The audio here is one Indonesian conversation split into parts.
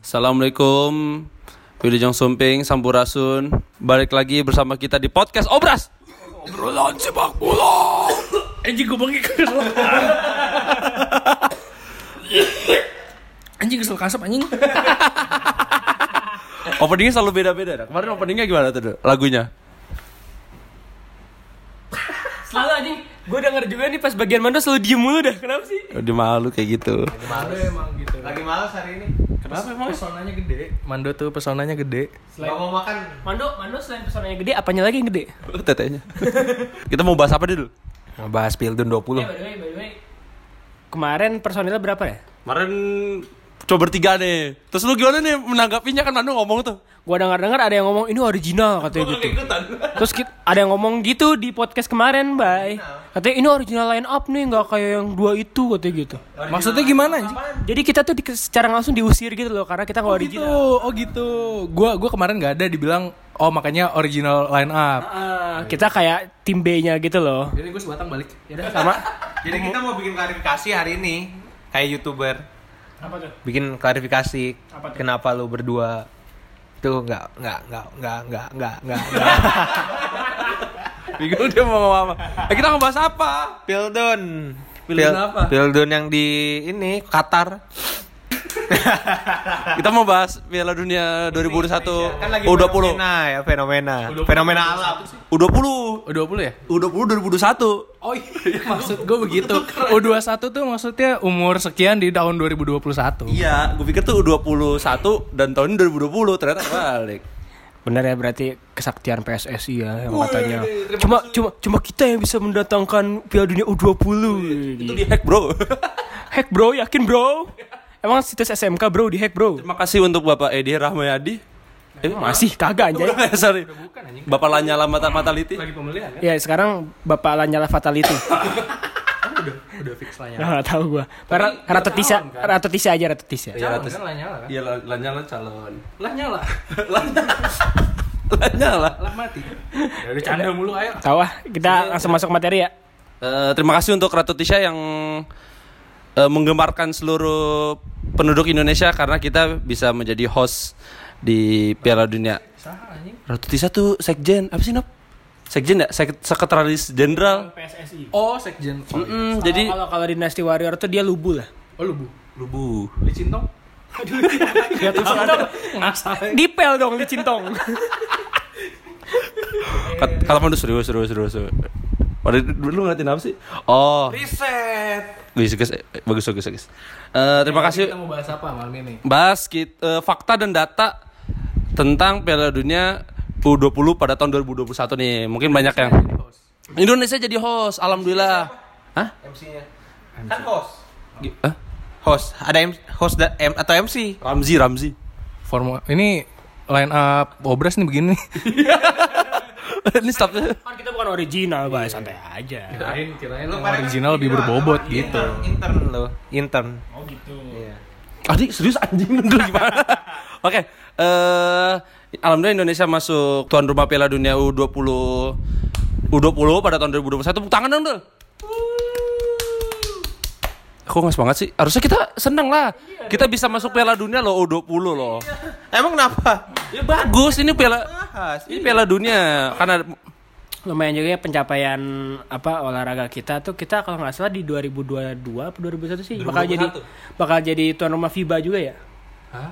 Assalamualaikum. Wilujeng Sumping, Sampurasun. Balik lagi bersama kita di podcast Obras. Obrolan sepak bola. Anjing gue bangkit Anjing kesel kasap anjing Openingnya selalu beda-beda. Dak. Kemarin openingnya gimana tuh? Dok? Lagunya. Selalu anjing, gue denger juga nih pas bagian mana selalu diem mulu dah. Kenapa sih? Udah malu kayak gitu. Lagi malas hari ini. Kenapa emang? Pesonanya gede. Mando tuh pesonanya gede Gak mau makan. Mando, Mando selain pesonanya gede, apanya lagi yang gede? Tetenya. Kita mau bahas apa deh, dulu? Bahas Pildun Eh, 20 by the way, by the way. Kemarin personilnya berapa ya? Kemarin coba bertiga nih. Terus lu gimana nih menanggapinya kan Manu ngomong tuh. Gua denger-denger ada yang ngomong ini original katanya gitu. Terus kit- ada yang ngomong gitu di podcast kemarin, Bay. Katanya ini original line up nih, nggak kayak yang dua itu katanya gitu. Maksudnya gimana anjing? Jadi kita tuh di, secara langsung diusir gitu loh karena kita nggak Gitu, original. oh gitu Gua gua kemarin gak ada dibilang Oh makanya original line up Ah, kita kayak tim B-nya gitu loh. Jadi gue sebatang balik Sama Jadi kita mau bikin klarifikasi hari ini kayak YouTuber. apa tuh? Bikin klarifikasi Apa tuh? kenapa lu berdua tuh nggak nggak nggak nggak nggak nggak nggak Bingung dia mau ngomong apa Eh kita ngebahas apa? Pildun Pildun apa? Pildun yang di ini Qatar Kita mau bahas Piala Dunia Iya, 2021 kan U20. Kan fenomena ya fenomena kan fenomena alam U20. U20 ya? U20 2021. Oh iya maksud gue begitu U21 tuh maksudnya umur sekian di tahun 2021 Iya, gue pikir tuh U21 dan tahun ini 2020 ternyata balik. Benar ya berarti kesaktian PSSI ya yang katanya. Cuma cuma cuma kita yang bisa mendatangkan Piala Dunia U20. Itu di hack, Eh, Bro. Hack bro, yakin bro? Emang situs SMK bro di hack bro? Terima kasih untuk Bapak Edi Rahmayadi. Eh, masih Masih kagak anjay. Udah, sorry. Bapak Lanyala Mata Mataliti. pembelian kan? Ya sekarang Bapak Lanyala Fatality. Udah fix ya. line Enggak tahu gua. Para Ratu Tisa, Ratu Tisa aja Ratu Tisa. kan line kan? Iya, La- Lanyala calon. Lah nyala Lanyala. Lah mati Ya udah canda mulu ayo Tahu ah, kita langsung masuk materi ya. Eh, terima kasih untuk Ratu Tisha yang eh, menggemarkan seluruh penduduk Indonesia karena kita bisa menjadi host di Piala Dunia. Ratu Tisha tuh sekjen, apa sih, Nop? Sekjen ya? Sek- Sekretaris Jenderal. PSSI. Oh sekjen Oh, iya. Mm, jadi Kalau kalau Dynasty Warrior tuh dia lubu lah. Oh lu bu lubu. Licin tong? Ya tuh Ngasal Dipel dong licin tong. Kat- Kata Pandu serius, serius, serius. serius. Waduh, lu ngeliatin apa sih? Oh, riset bagus, bagus, bagus, bagus. bagus. Eh, terima kasih. Kita mau bahas apa malam ini? Bahas kit- eh, fakta dan data tentang Piala Dunia U20 pada tahun 2021 nih. Mungkin banyak yang Indonesia jadi host, alhamdulillah. Hah? MC-nya kan host Gi- eh? Hah? host ada M host da- M atau MC Ramzi, Ramzi. Formal ini line up obras nih begini. Ini staffnya. Kan kita bukan original, Bay. Santai aja. Kirain kirain lo original lebih berbobot gitu. kan intern, intern lo intern Oh gitu. Adik serius anjing bener gimana? Oke, eh alhamdulillah Indonesia masuk tuan rumah Piala Dunia U20 U20 pada tahun 2021. Tepuk tangan dong, Dul. Aku nggak semangat sih. Harusnya kita seneng lah. Kita bisa masuk Piala Dunia loh U20 loh. emang kenapa Ya bagus ini Piala bahas ini Piala Dunia karena Lumayan juga ya pencapaian apa olahraga kita tuh kita kalau nggak salah di 2022 apa 2021 sih bakal jadi bakal jadi tuan rumah FIBA juga ya. Hah?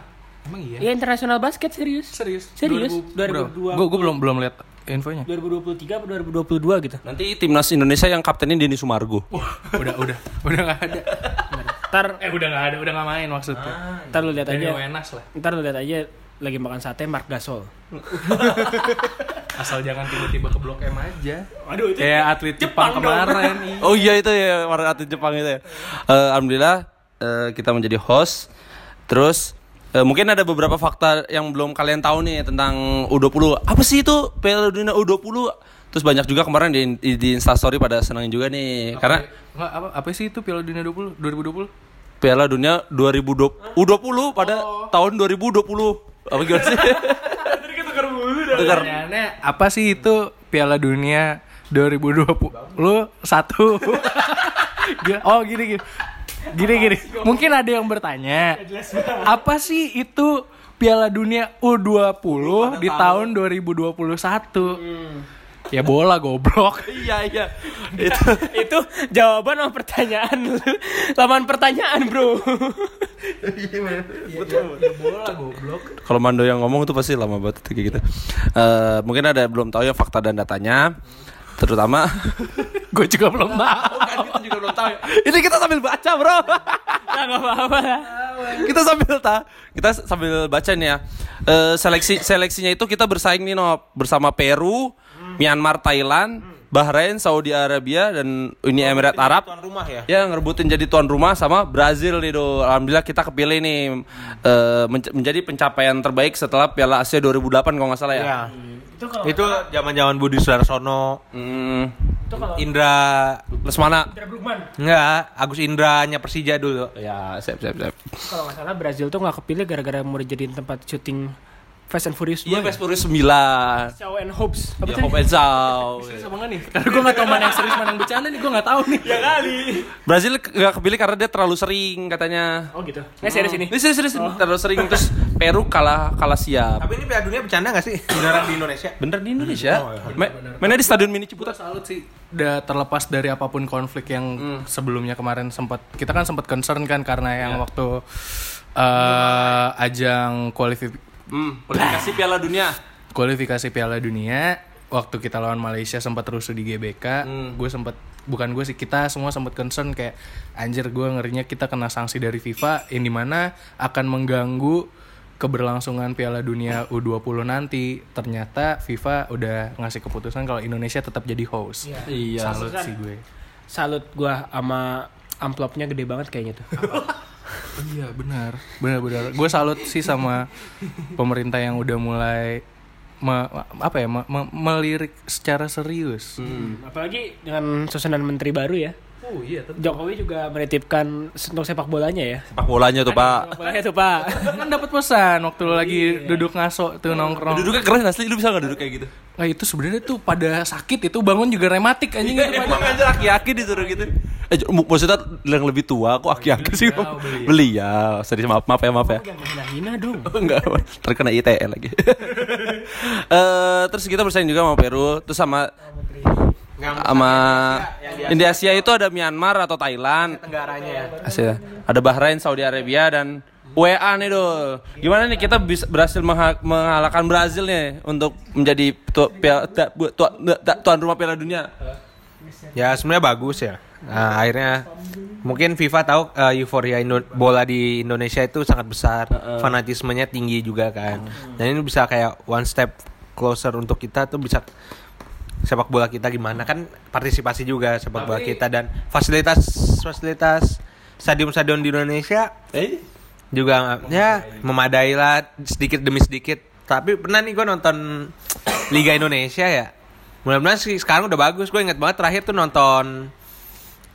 Emang iya? Ya internasional basket serius. Serius? Serius? 2022. Gue gue belum belum lihat infonya. 2023 atau 2022 gitu. nanti timnas Indonesia yang kaptennya Denny Sumargo. udah udah udah nggak ada. Ntar Eh udah nggak ada udah nggak main maksudnya. ntar lu lihat aja. Dari Wenas lah. Ntar lu lihat aja lagi makan sate Mark Gasol. Asal jangan tiba-tiba ke blok M aja. Waduh itu. Kayak atlet Jepang, kemarin. Oh iya itu ya warna atlet Jepang itu ya. Eh, Alhamdulillah eh, kita menjadi host. Terus eh, mungkin ada beberapa fakta yang belum kalian tahu nih tentang U20. Apa sih itu Piala Dunia U20? Terus banyak juga kemarin di di Instastory pada senengin juga nih karena Nggak, apa apa sih itu Piala Dunia 20 2020? Piala Dunia 2020 U20 pada tahun 2020. Apa gimana sih? Pertanyaannya apa sih itu Piala Dunia 2020 satu Gila. oh gini gini Gini gini, mungkin ada yang bertanya, apa sih itu Piala Dunia U20 di tahun 2021? Ya bola goblok. Iya iya. Itu itu jawaban sama pertanyaan lu. Laman pertanyaan, Bro. kalau Mando yang ngomong itu pasti lama banget itu kayak gitu. Eh, mungkin ada yang belum tahu ya fakta dan datanya, terutama Gue juga belum tahu. ini kita sambil baca bro, Enggak apa-apa lah. kita sambil ta, kita sambil baca nih ya. Eh, seleksi seleksinya itu kita bersaing nih Nob. bersama Peru, Myanmar, Thailand, Bahrain, Saudi Arabia dan Uni Emirat Arab. Tuan rumah ya. Ya ngerebutin jadi tuan rumah sama Brazil nih Do. Alhamdulillah kita kepilih nih eh, men- menjadi pencapaian terbaik setelah Piala Asia 2008 kalau nggak salah ya. Iya. Itu zaman-zaman Budi Sudarsono, Hmm, Indra Lesmana. Enggak, Agus Indranya Persija dulu. Ya, siap siap siap. kan. Kalau nggak salah Brazil tuh nggak kepilih gara-gara mau dijadiin tempat syuting Fast and Furious Iya, 2. Fast Furious 9. Shaw and Hobbs. Apa Ya, tadi? Hope and Zhao. Sama nggak nih? Karena gue gak tau mana yang serius, mana yang bercanda nih, gue gak tau nih. Ya kali. Brazil nggak kepilih karena dia terlalu sering katanya. Oh gitu. Nah, serius ini. Ini serius, serius, terlalu sering terus Peru kalah kalah siap. Tapi ini Piala Dunia bercanda gak sih? Beneran di Indonesia? Bener di Indonesia? Oh, iya. Ma- Mainnya di Stadion Mini Gue Ciputat. salut sih. Udah terlepas dari apapun konflik yang sebelumnya kemarin sempat kita kan sempat concern kan karena yang waktu eh, ajang kualifi- Hmm, kualifikasi Piala Dunia. kualifikasi Piala Dunia waktu kita lawan Malaysia sempat rusuh di GBK, gue sempat bukan gue sih kita semua sempat concern kayak anjir gue ngerinya kita kena sanksi dari FIFA yang dimana akan mengganggu keberlangsungan Piala Dunia U20 nanti. Ternyata FIFA udah ngasih keputusan kalau Indonesia tetap jadi host. Iya. Salut sih gue. Salut gua sama amplopnya gede banget kayaknya tuh. Iya benar, benar-benar. Gue salut sih sama pemerintah yang udah mulai me- apa ya me- me- melirik secara serius. Apalagi dengan susunan menteri baru ya. Oh iya, Jokowi juga menitipkan untuk sepak bolanya ya. Sepak bolanya tuh, Pak. Sepak bolanya tuh, Pak. kan dapat pesan waktu lu lagi duduk ngaso tuh nongkrong. Duduknya keren asli, lu bisa gak duduk kayak gitu? Nah itu sebenarnya tuh pada sakit itu bangun juga rematik anjing Iya, itu Emang pada. aja Eh, laki-laki disuruh gitu Eh, j- maksudnya yang lebih tua, kok aki-aki Iya, sih? Beli ya, serius maaf, maaf ya, maaf ya Hina dong. Oh, Enggak, terkena ITE E lagi Eh, Terus kita bersaing juga sama Peru Terus sama sama India Asia itu ada Myanmar atau Thailand Tenggaranya ya. Asia. Ada Bahrain, Saudi Arabia dan WA nih dol. Gimana nih kita bisa berhasil mengha- mengalahkan Brazil nih untuk menjadi tu- pia- ta- bu- tua- da- da- tuan rumah Piala Dunia? Ya sebenarnya bagus ya. Nah, akhirnya mungkin FIFA tahu eh, euforia Indo- bola di Indonesia itu sangat besar, fanatismenya tinggi juga kan. Dan ini bisa kayak one step closer untuk kita tuh bisa sepak bola kita gimana kan partisipasi juga sepak bola kita dan fasilitas fasilitas stadion-stadion di Indonesia Eh? juga ya memadai lah sedikit demi sedikit tapi pernah nih gue nonton Liga Indonesia ya mudah-mudahan sih sekarang udah bagus gue inget banget terakhir tuh nonton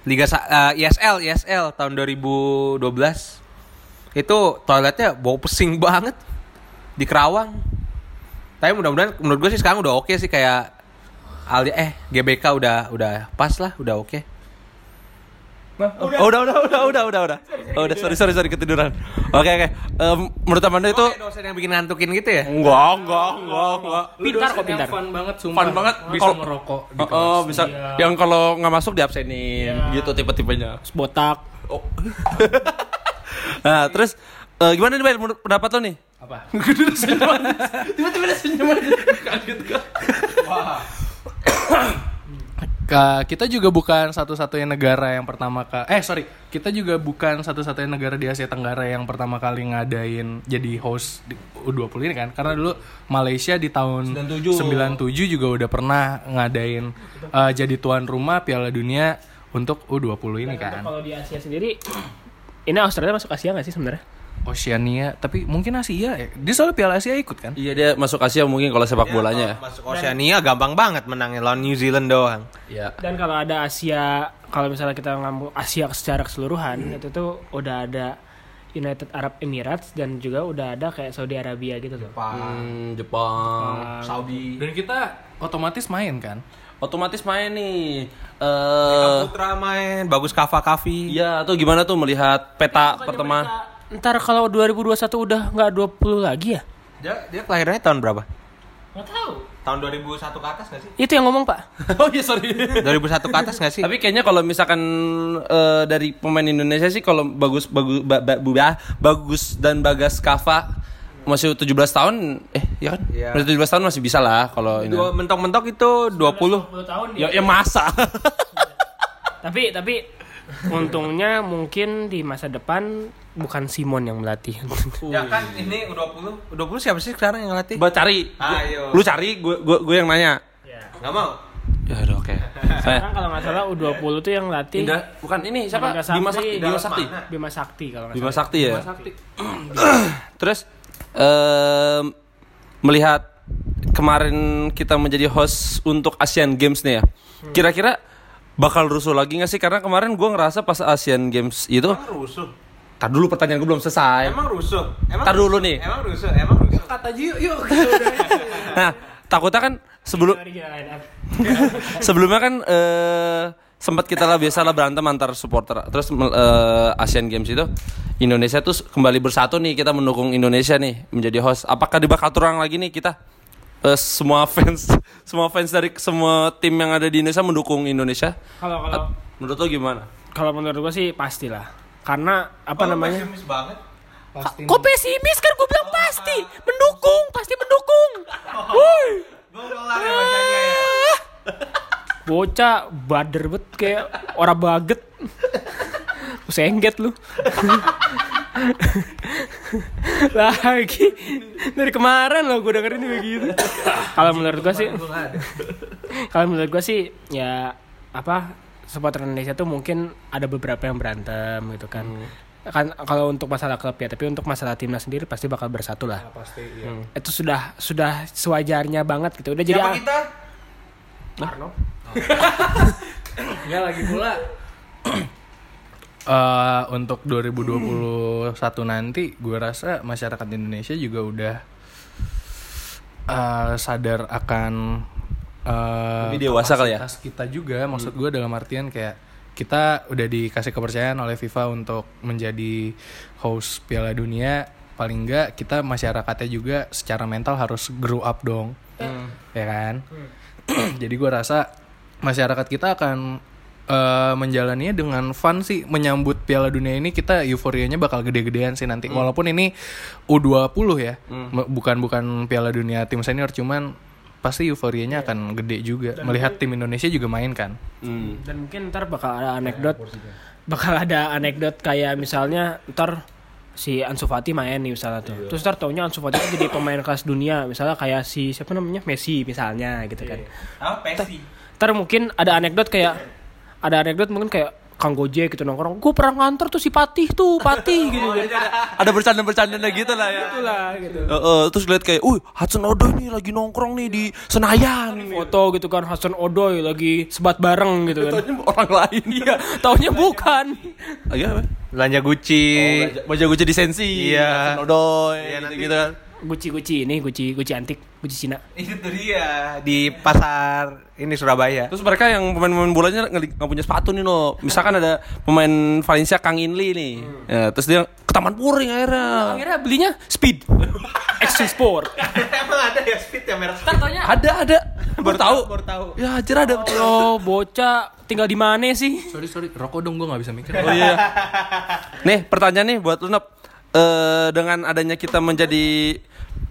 Liga Sa- eh, ISL ISL tahun 2012 itu toiletnya bau pesing banget di Kerawang tapi mudah-mudahan menurut gue sih sekarang udah oke sih kayak Ali eh GBK udah udah pas lah udah oke Oh, udah, udah, udah, udah, udah, udah. Oh, udah, sorry, sorry, sorry ketiduran. Oke, oke. Em, menurut Amanda itu Kayak dosen yang bikin ngantukin gitu ya enggak, enggak, enggak, enggak. Pintar kok pintar. Fun banget sumpah. Fun banget. bisa Kalau- merokok. Oh, oh, bisa. Yang kalau nggak masuk diabsenin, gitu tipe-tipenya. Botak. Nah, terus eh, gimana nih, Bel, menurut pendapat lo nih? Apa? Ka- kita juga bukan satu-satunya negara yang pertama kali eh sorry kita juga bukan satu-satunya negara di Asia Tenggara yang pertama kali ngadain jadi host di U20 ini kan karena dulu Malaysia di tahun 97, juga udah pernah ngadain eh, jadi tuan rumah Piala Dunia untuk U20 ini kan Kalau di Asia sendiri ini Australia masuk Asia nggak sih sebenarnya? Oceania tapi mungkin Asia ya dia soalnya Piala Asia ikut kan Iya, dia masuk Asia mungkin Iya, kalau sepak bolanya. Ya, ya. Masuk Oceania gampang banget menangnya lawan New Zealand doang. Iya. Dan kalau ada Asia, kalau misalnya kita ngambil Asia secara Hmm. keseluruhan, itu tuh udah ada United Arab Emirates dan juga udah ada kayak Saudi Arabia gitu tuh. Hmm, Jepang. dan kita otomatis main kan otomatis main nih. Eh Putra main, bagus Kava Kavi. iya atau gimana tuh melihat peta pertemanan? Ntar kalau 2021 udah nggak 20 lagi ya? Dia, dia kelahirannya tahun berapa? Nggak tahu. Tahun 2001 ke atas gak sih? Itu yang ngomong pak. oh iya sorry. 2001 ke atas gak sih? Tapi kayaknya kalau misalkan eh, dari pemain Indonesia sih kalau bagus bagus ba- ba- bu- ah, bagus dan Bagas Kava masih 17 tahun eh ya kan? Iya. Masih 17 tahun masih bisa lah kalau ini. Dua mentok-mentok itu 20. 20 tahun Ya, ya masa. Tapi tapi untungnya mungkin di masa depan bukan Simon yang melatih. Ya kan ini U20. U20 siapa sih sekarang yang ngelatih? Buat cari. Ayo. Lu cari gue gue gue yang nanya. Gak mau. Ya udah oke. Saya- Sekarang kalau nggak salah U20 tuh yang latih Indah bukan ini siapa? Bima Sakti. Bima Sakti. Bima Sakti. Bima Sakti kalau nggak Bima salah. Sakti ya. Terus em, melihat kemarin kita menjadi host untuk Asian Games nih ya. Kira-kira bakal rusuh lagi gak sih? Karena kemarin gue ngerasa pas Asian Games itu. Rusuh. Tar dulu pertanyaan gue belum selesai. Emang rusuh. Emang Tar dulu nih. Emang rusuh, emang rusuh. Kata aja yuk, yuk. Nah takutnya kan sebelum Sorry, ya, line up. sebelumnya kan eh, sempat kita lah biasalah berantem antar supporter. Terus mel- eh, Asian Games itu Indonesia tuh kembali bersatu nih kita mendukung Indonesia nih menjadi host. Apakah di bakal turang lagi nih kita Eh, semua fans semua fans dari semua tim yang ada di Indonesia mendukung Indonesia? Kalau kalau At- menurut lo gimana? kalau menurut gua sih pastilah. Karena apa namanya? Pesimis banget. Kok pesimis kan gue bilang pasti mendukung, pasti mendukung. Woi. Gue kelar ya bacanya ya. Bocah bader bet kayak orang baget. Lu Sengget lu. Lagi dari kemarin lo gue dengerin juga gitu. Kalau menurut gue sih, kalau menurut gue sih ya apa supporter Indonesia tuh mungkin ada beberapa yang berantem gitu kan. Hmm. Kan kalau untuk masalah klub ya, tapi untuk masalah timnas sendiri pasti bakal bersatu lah. Pasti iya. Hmm. Itu sudah sudah sewajarnya banget gitu. Udah jadi Ya, Siapa ah- kita? Enggak lagi pula. Eh, untuk 2021 nanti gue rasa masyarakat Indonesia juga udah eh, sadar akan eh, Lebih dewasa kali ya? kapasitas kita juga maksud gue dalam artian kayak kita udah dikasih kepercayaan oleh FIFA untuk menjadi host Piala Dunia paling enggak kita masyarakatnya juga secara mental harus grow up dong ya kan jadi gue rasa masyarakat kita akan eh, menjalaninya dengan fun sih menyambut Piala Dunia ini kita euforianya bakal gede-gedean sih nanti walaupun ini U20 ya me- bukan bukan Piala Dunia tim senior cuman pasti euforianya akan gede juga melihat tim Indonesia juga main kan Hmm. dan mungkin ntar bakal ada anekdot bakal ada anekdot kayak misalnya ntar si Ansu Fati main nih misalnya Iya. tuh terus ntar taunya Ansu Fati tuh jadi pemain kelas dunia misalnya kayak si siapa namanya Messi misalnya Iya, gitu kan Apa Pesi? ntar mungkin ada anekdot kayak ada anekdot mungkin kayak Kang Gojek gitu nongkrong gue pernah nganter tuh si Patih tuh Patih gitu gitu Ada bercanda-bercanda gitu lah ya. lah gitu Eh, eh, terus lihat kayak, uh Hudson Odoi nih lagi nongkrong nih di Senayan. foto gitu kan Hasan Odoy lagi sebat bareng gitu kan Orang lain. Iya. taunya bukan Lagi apa? Oh, Belanja Gucci. Oh, Baja gue jadi sensi. Hudson Iya. Odoi. nanti- gitu kan. Gucci Gucci ini Gucci Gucci antik Gucci Cina Itu dia di pasar ini Surabaya. Terus mereka yang pemain-pemain bolanya nggak nggak punya sepatu nih no. Misalkan ada pemain Valencia Kang Inli nih. Ya, terus dia ke Taman Puring akhirnya. Akhirnya belinya Speed Action Sport Emang ada ya speed yang merah? Ada ada. Baru tahu. Baru tahu. Ya anjir ada. Lo bocah tinggal di mana sih? sorry sorry rokok dong gue nggak bisa mikir Oh iya. Nih pertanyaan nih buat lu Nop. Eh, dengan adanya kita menjadi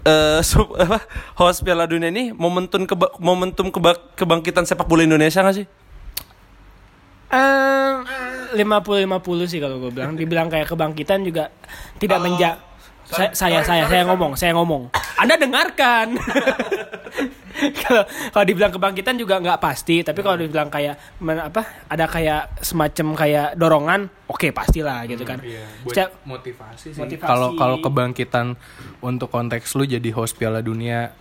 eh sub- apa, host Piala Dunia ini momentum keba- momentum keba- kebangkitan sepak bola Indonesia nggak sih? Eh, Lima puluh lima puluh sih kalau gue bilang. Dibilang kayak kebangkitan juga tidak menja. Saya saya saya, saya ngomong saya ngomong. Anda dengarkan. Kalau kalau dibilang kebangkitan juga nggak pasti. Tapi kalau dibilang kayak men- apa? Ada kayak semacam kayak dorongan. Oke pastilah gitu kan. iya, Setiap- motivasi sih Motivasi. kalau kalau kebangkitan untuk konteks lu jadi host Piala Dunia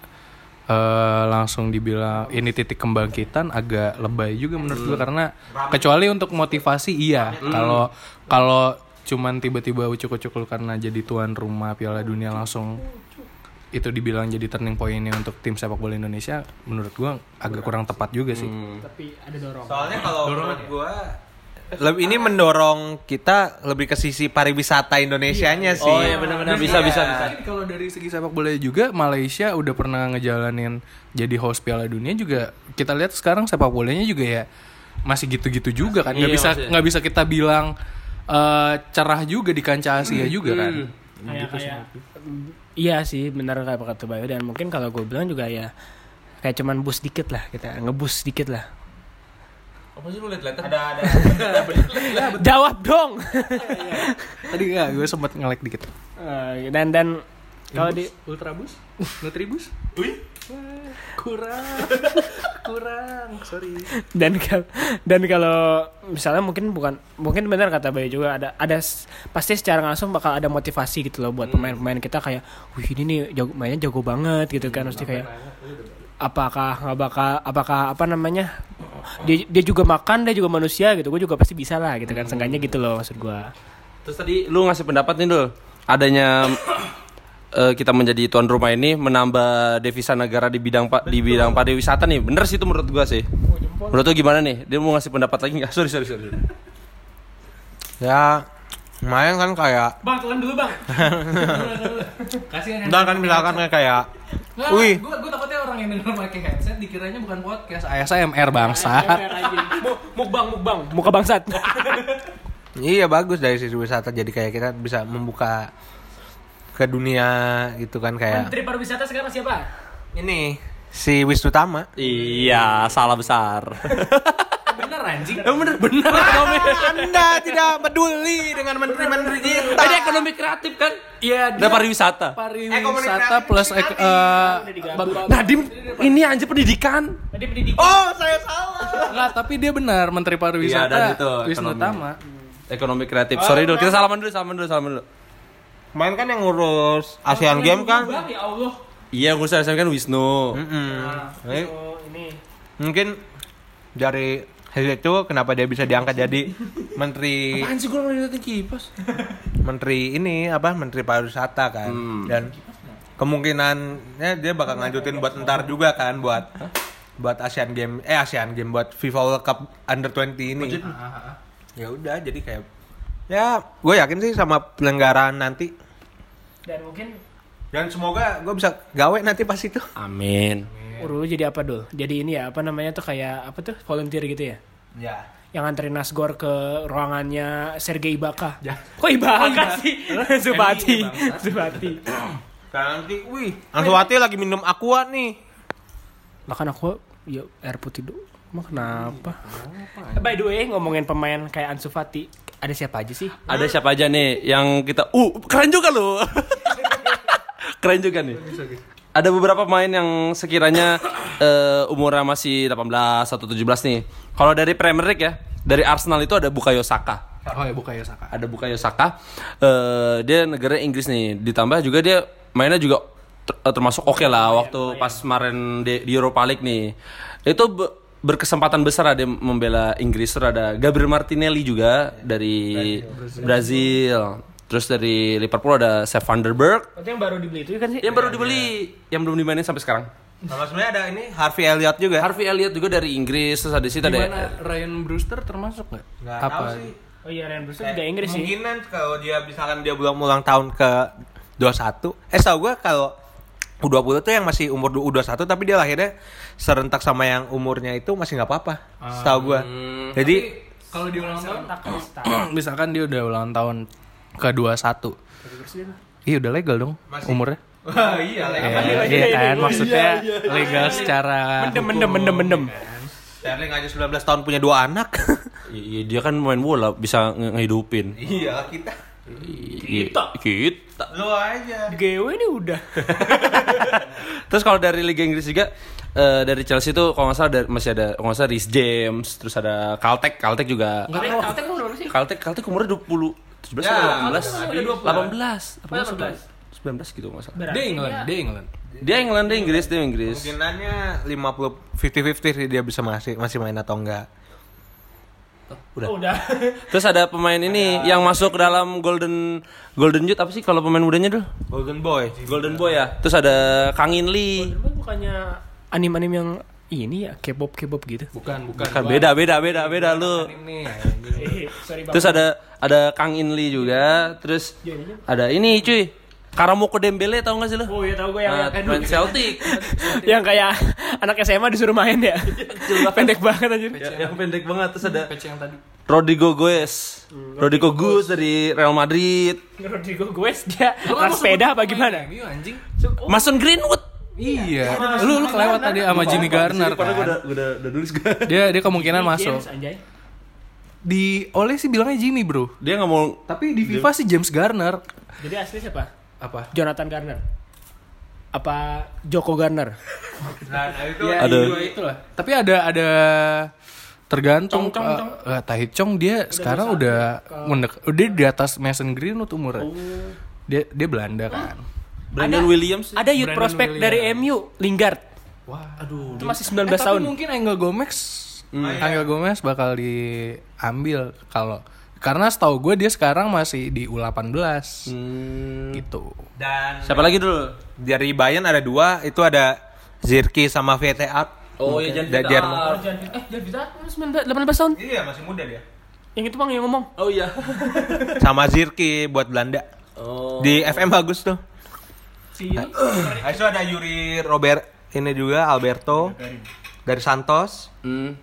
eh, langsung dibilang ini titik kebangkitan agak lebay juga menurut gue karena kecuali untuk motivasi iya kalau kalau cuman tiba-tiba ucuk-ucuk lu karena jadi tuan rumah Piala Dunia langsung itu dibilang jadi turning pointnya untuk tim sepak bola Indonesia menurut gua agak kurang tepat juga sih tapi ada dorong Soalnya kalau menurut gua lebih ini mendorong kita lebih ke sisi pariwisata Indonesianya sih. Oh iya benar-benar bisa bisa bisa. Mungkin kalau dari segi sepak bola juga Malaysia udah pernah ngejalanin jadi host Piala Dunia juga kita lihat sekarang sepak bolanya juga ya masih gitu-gitu juga kan nggak Iya, bisa masih. nggak bisa kita bilang eh, cerah juga di kancah Asia Hmm. juga kan kayak kayak iya sih benar kayak kata Bayu dan mungkin kalau gue bilang juga ya kayak cuman bus dikit lah kita ngebus dikit lah Apa sih lu lihat Ada ada. jawab dong tadi nggak gue sempat ngelek dikit Eh, dan dan kalau di ultrabus nutribus kurang kurang sorry dan kal- dan kalau misalnya mungkin bukan mungkin benar kata Bayu juga ada ada s- pasti secara langsung bakal ada motivasi gitu loh Hmm. buat pemain-pemain kita kayak wih ini nih jago, mainnya jago banget gitu kan Hmm, mesti kayak apakah nggak bakal apakah apa namanya dia, dia juga makan dia juga manusia gitu gue juga pasti bisa lah gitu kan Hmm. seenggaknya gitu loh maksud gue Terus tadi lu ngasih pendapat nih dul adanya eh, kita menjadi tuan rumah ini menambah devisa negara di bidang pa- di bidang pariwisata nih. Bener sih itu menurut gua sih. Menurut lu gimana nih? Dia mau ngasih pendapat lagi nggak? Sorry sorry sorry. Ya, lumayan kan kayak bang telan dulu bang kasih Entar kan misalkan kayak Wih, gue gue takutnya orang yang denger pakai headset dikiranya bukan podcast ASMR bangsa mukbang mukbang muka bangsat iya bagus dari sisi wisata jadi kayak kita bisa membuka ke dunia gitu kan kayak pariwisata sekarang siapa ini si Wisnu Tama. iya salah besar. Eh, bener anjing bener bener. Anda tidak peduli dengan menteri-menteri kita. Tadi ekonomi kreatif kan? iya Ada pariwisata. pariwisata plus ek- eh, bag- Nadim ini anjir pendidikan. tadi pendidikan Oh, saya salah. Enggak, tapi dia benar menteri Iya, pariwisata dan itu Wisnu ekonomi. Tama Ekonomi kreatif. Sorry dul, kita salaman dulu, salaman dulu, salaman dulu. Main kan yang ngurus Asian Game kan? ya Allah Iya, gue saya kan Wisnu. Mm-mm. Jadi, oh, ini Mungkin dari hasil itu kenapa dia bisa diangkat jadi menteri Apaan Kan sih gue ngeliatin kipas? menteri ini apa menteri pariwisata kan dan kemungkinannya dia bakal ngajutin buat ntar juga kan buat buat Asian Game eh Asian Game buat FIFA World Cup Under 20 ini ya udah jadi kayak ya gue yakin sih sama penyelenggaraan nanti dan mungkin dan semoga gue bisa gawe nanti pas itu Amin. Uru lu jadi apa dul? Jadi ini ya apa namanya tuh kayak apa tuh volunteer gitu ya? ya Yang anterin Nasgor ke ruangannya Sergei Ibaka. Kok Ya. Ibaka, sih? ya, Subati, Subati. karena nanti wih Ansuwati lagi minum aqua nih Makan aku ya air putih dulu. Emang kenapa? By the way, ngomongin pemain kayak Ansu Fati, ada siapa aja sih? Ada siapa aja nih yang kita uh keren juga lu. keren juga nih. Ada beberapa pemain yang sekiranya eh, umurnya masih 18 atau 17 nih. Kalau dari Premier League ya, dari Arsenal itu ada Bukayo Saka. oh ya buka Yosaka ada Bukayo Saka. Eh, dia negara Inggris nih. Ditambah juga dia mainnya juga ter- eh, termasuk oke lah waktu pas kemarin di, di Europa League nih. Itu be- berkesempatan besar ada membela Inggris. Terus ada Gabriel Martinelli juga dari Brazil. Terus dari Liverpool ada Seth Vandenberg Itu yang baru dibeli itu kan sih? yang baru dibeli, yang belum dimainin sampai sekarang. sama sebenarnya ada ini Harvey Elliot juga Harvey Elliott juga dari Inggris. Terus ada situ ada Gimana Ryan Brewster termasuk nggak? Nggak Apa? tahu sih Oh iya, Ryan Brewster juga Inggris sih. Kemungkinan kalau dia misalkan dia belum ulang tahun ke 21. Eh tau gue kalau U20 tuh yang masih umur du- U21 tapi dia lahirnya serentak sama yang umurnya itu masih nggak apa-apa. Setahu gue. Jadi Kalau dia ulang tahun, misalkan dia udah ulang tahun ke 21 Iya udah legal dong umurnya. Wah, iya lah. Iya, iya kan maksudnya legal secara Mendem, mendem, mendem, mendem. Sterling aja 19 tahun punya dua anak. Iya, dia kan main bola bisa nge- ngehidupin. iya kita. Kita. Kita. Lu aja. GW ini udah. Terus kalau dari Liga Inggris juga eh, dari Chelsea itu kalau nggak salah ada- masih ada kalau nggak salah Rhys James, terus ada Kaltek, Kaltek juga. Kaltek kan berapa sih? Kaltek, Kaltek umurnya 20 17 Ya, atau 18? 18. 18. 19 gitu nggak salah. Dia England, dia England. Dia England, dia Inggris, dia Inggris. Kemungkinannya 50 50-50 sih dia bisa masih masih main atau enggak. udah. Oh, udah. Terus ada pemain ini yang masuk ke dalam Golden Golden Youth apa sih kalau pemain mudanya dulu? Golden Boy. Golden Boy ya. Terus ada Kang In Lee. Cuman bukannya anime-anime yang ini ya K-pop K-pop gitu. Bukan, bukan. Kan beda beda beda beda lu. Ini. Eh, Sorry Terus ada ada Kang In Lee juga. Terus ada ini cuy. Karamoko Dembele tau gak sih lu? Oh iya tahu gue yang Nah, pemain Celtic. yang kayak anak SMA disuruh main ya. Pendek banget anjir. yang pendek banget terus ada Hmm. Pece yang tadi. Rodrigo Goes. Rodrigo Goes dari Real Madrid. Rodrigo Guez dia anak sepeda apa gimana? MU ya, anjing. Mason Greenwood. Iya. Lu lu kelewat tadi sama Jimmy Garner Iya, Padahal gua kan. udah gua udah, udah nulis gua. Dia dia kemungkinan masuk. James, anjay. Di oleh sih bilangnya Jimmy, Bro. Dia nggak mau Tapi di FIFA sih James Garner. Jadi asli siapa? Apa? Jonathan Garner. Apa Joko Garner? Nah, Iya, Ya, Ada. dua itulah. Tapi ada ada tergantung Cong, cong, eh, eh, Tai Chong dia sekarang udah mendek udah di atas Mason Greenwood umurnya. Dia dia Belanda kan. Brandon Williams. Ada youth prospect dari MU, Lingard. Wah. Itu masih Eh, 19 tapi tahun. mungkin Angel Gomez Hmm. Angel Gomez bakal diambil kalau karena setahu gue dia sekarang masih di U18 gitu. Dan Siapa lagi dulu? dari Bayern ada dua, itu ada Zirki sama VTA. Oh iya Da- Jan Jar- Vidal. Eh, David 19 18 tahun. Iya, masih muda dia. Yang itu Bang yang ngomong. Oh iya. Sama Zirki buat Belanda. Oh. Di FM bagus tuh. Si Habis Nah, itu ada Yuri Robert ini juga Alberto dari Santos. Hmm.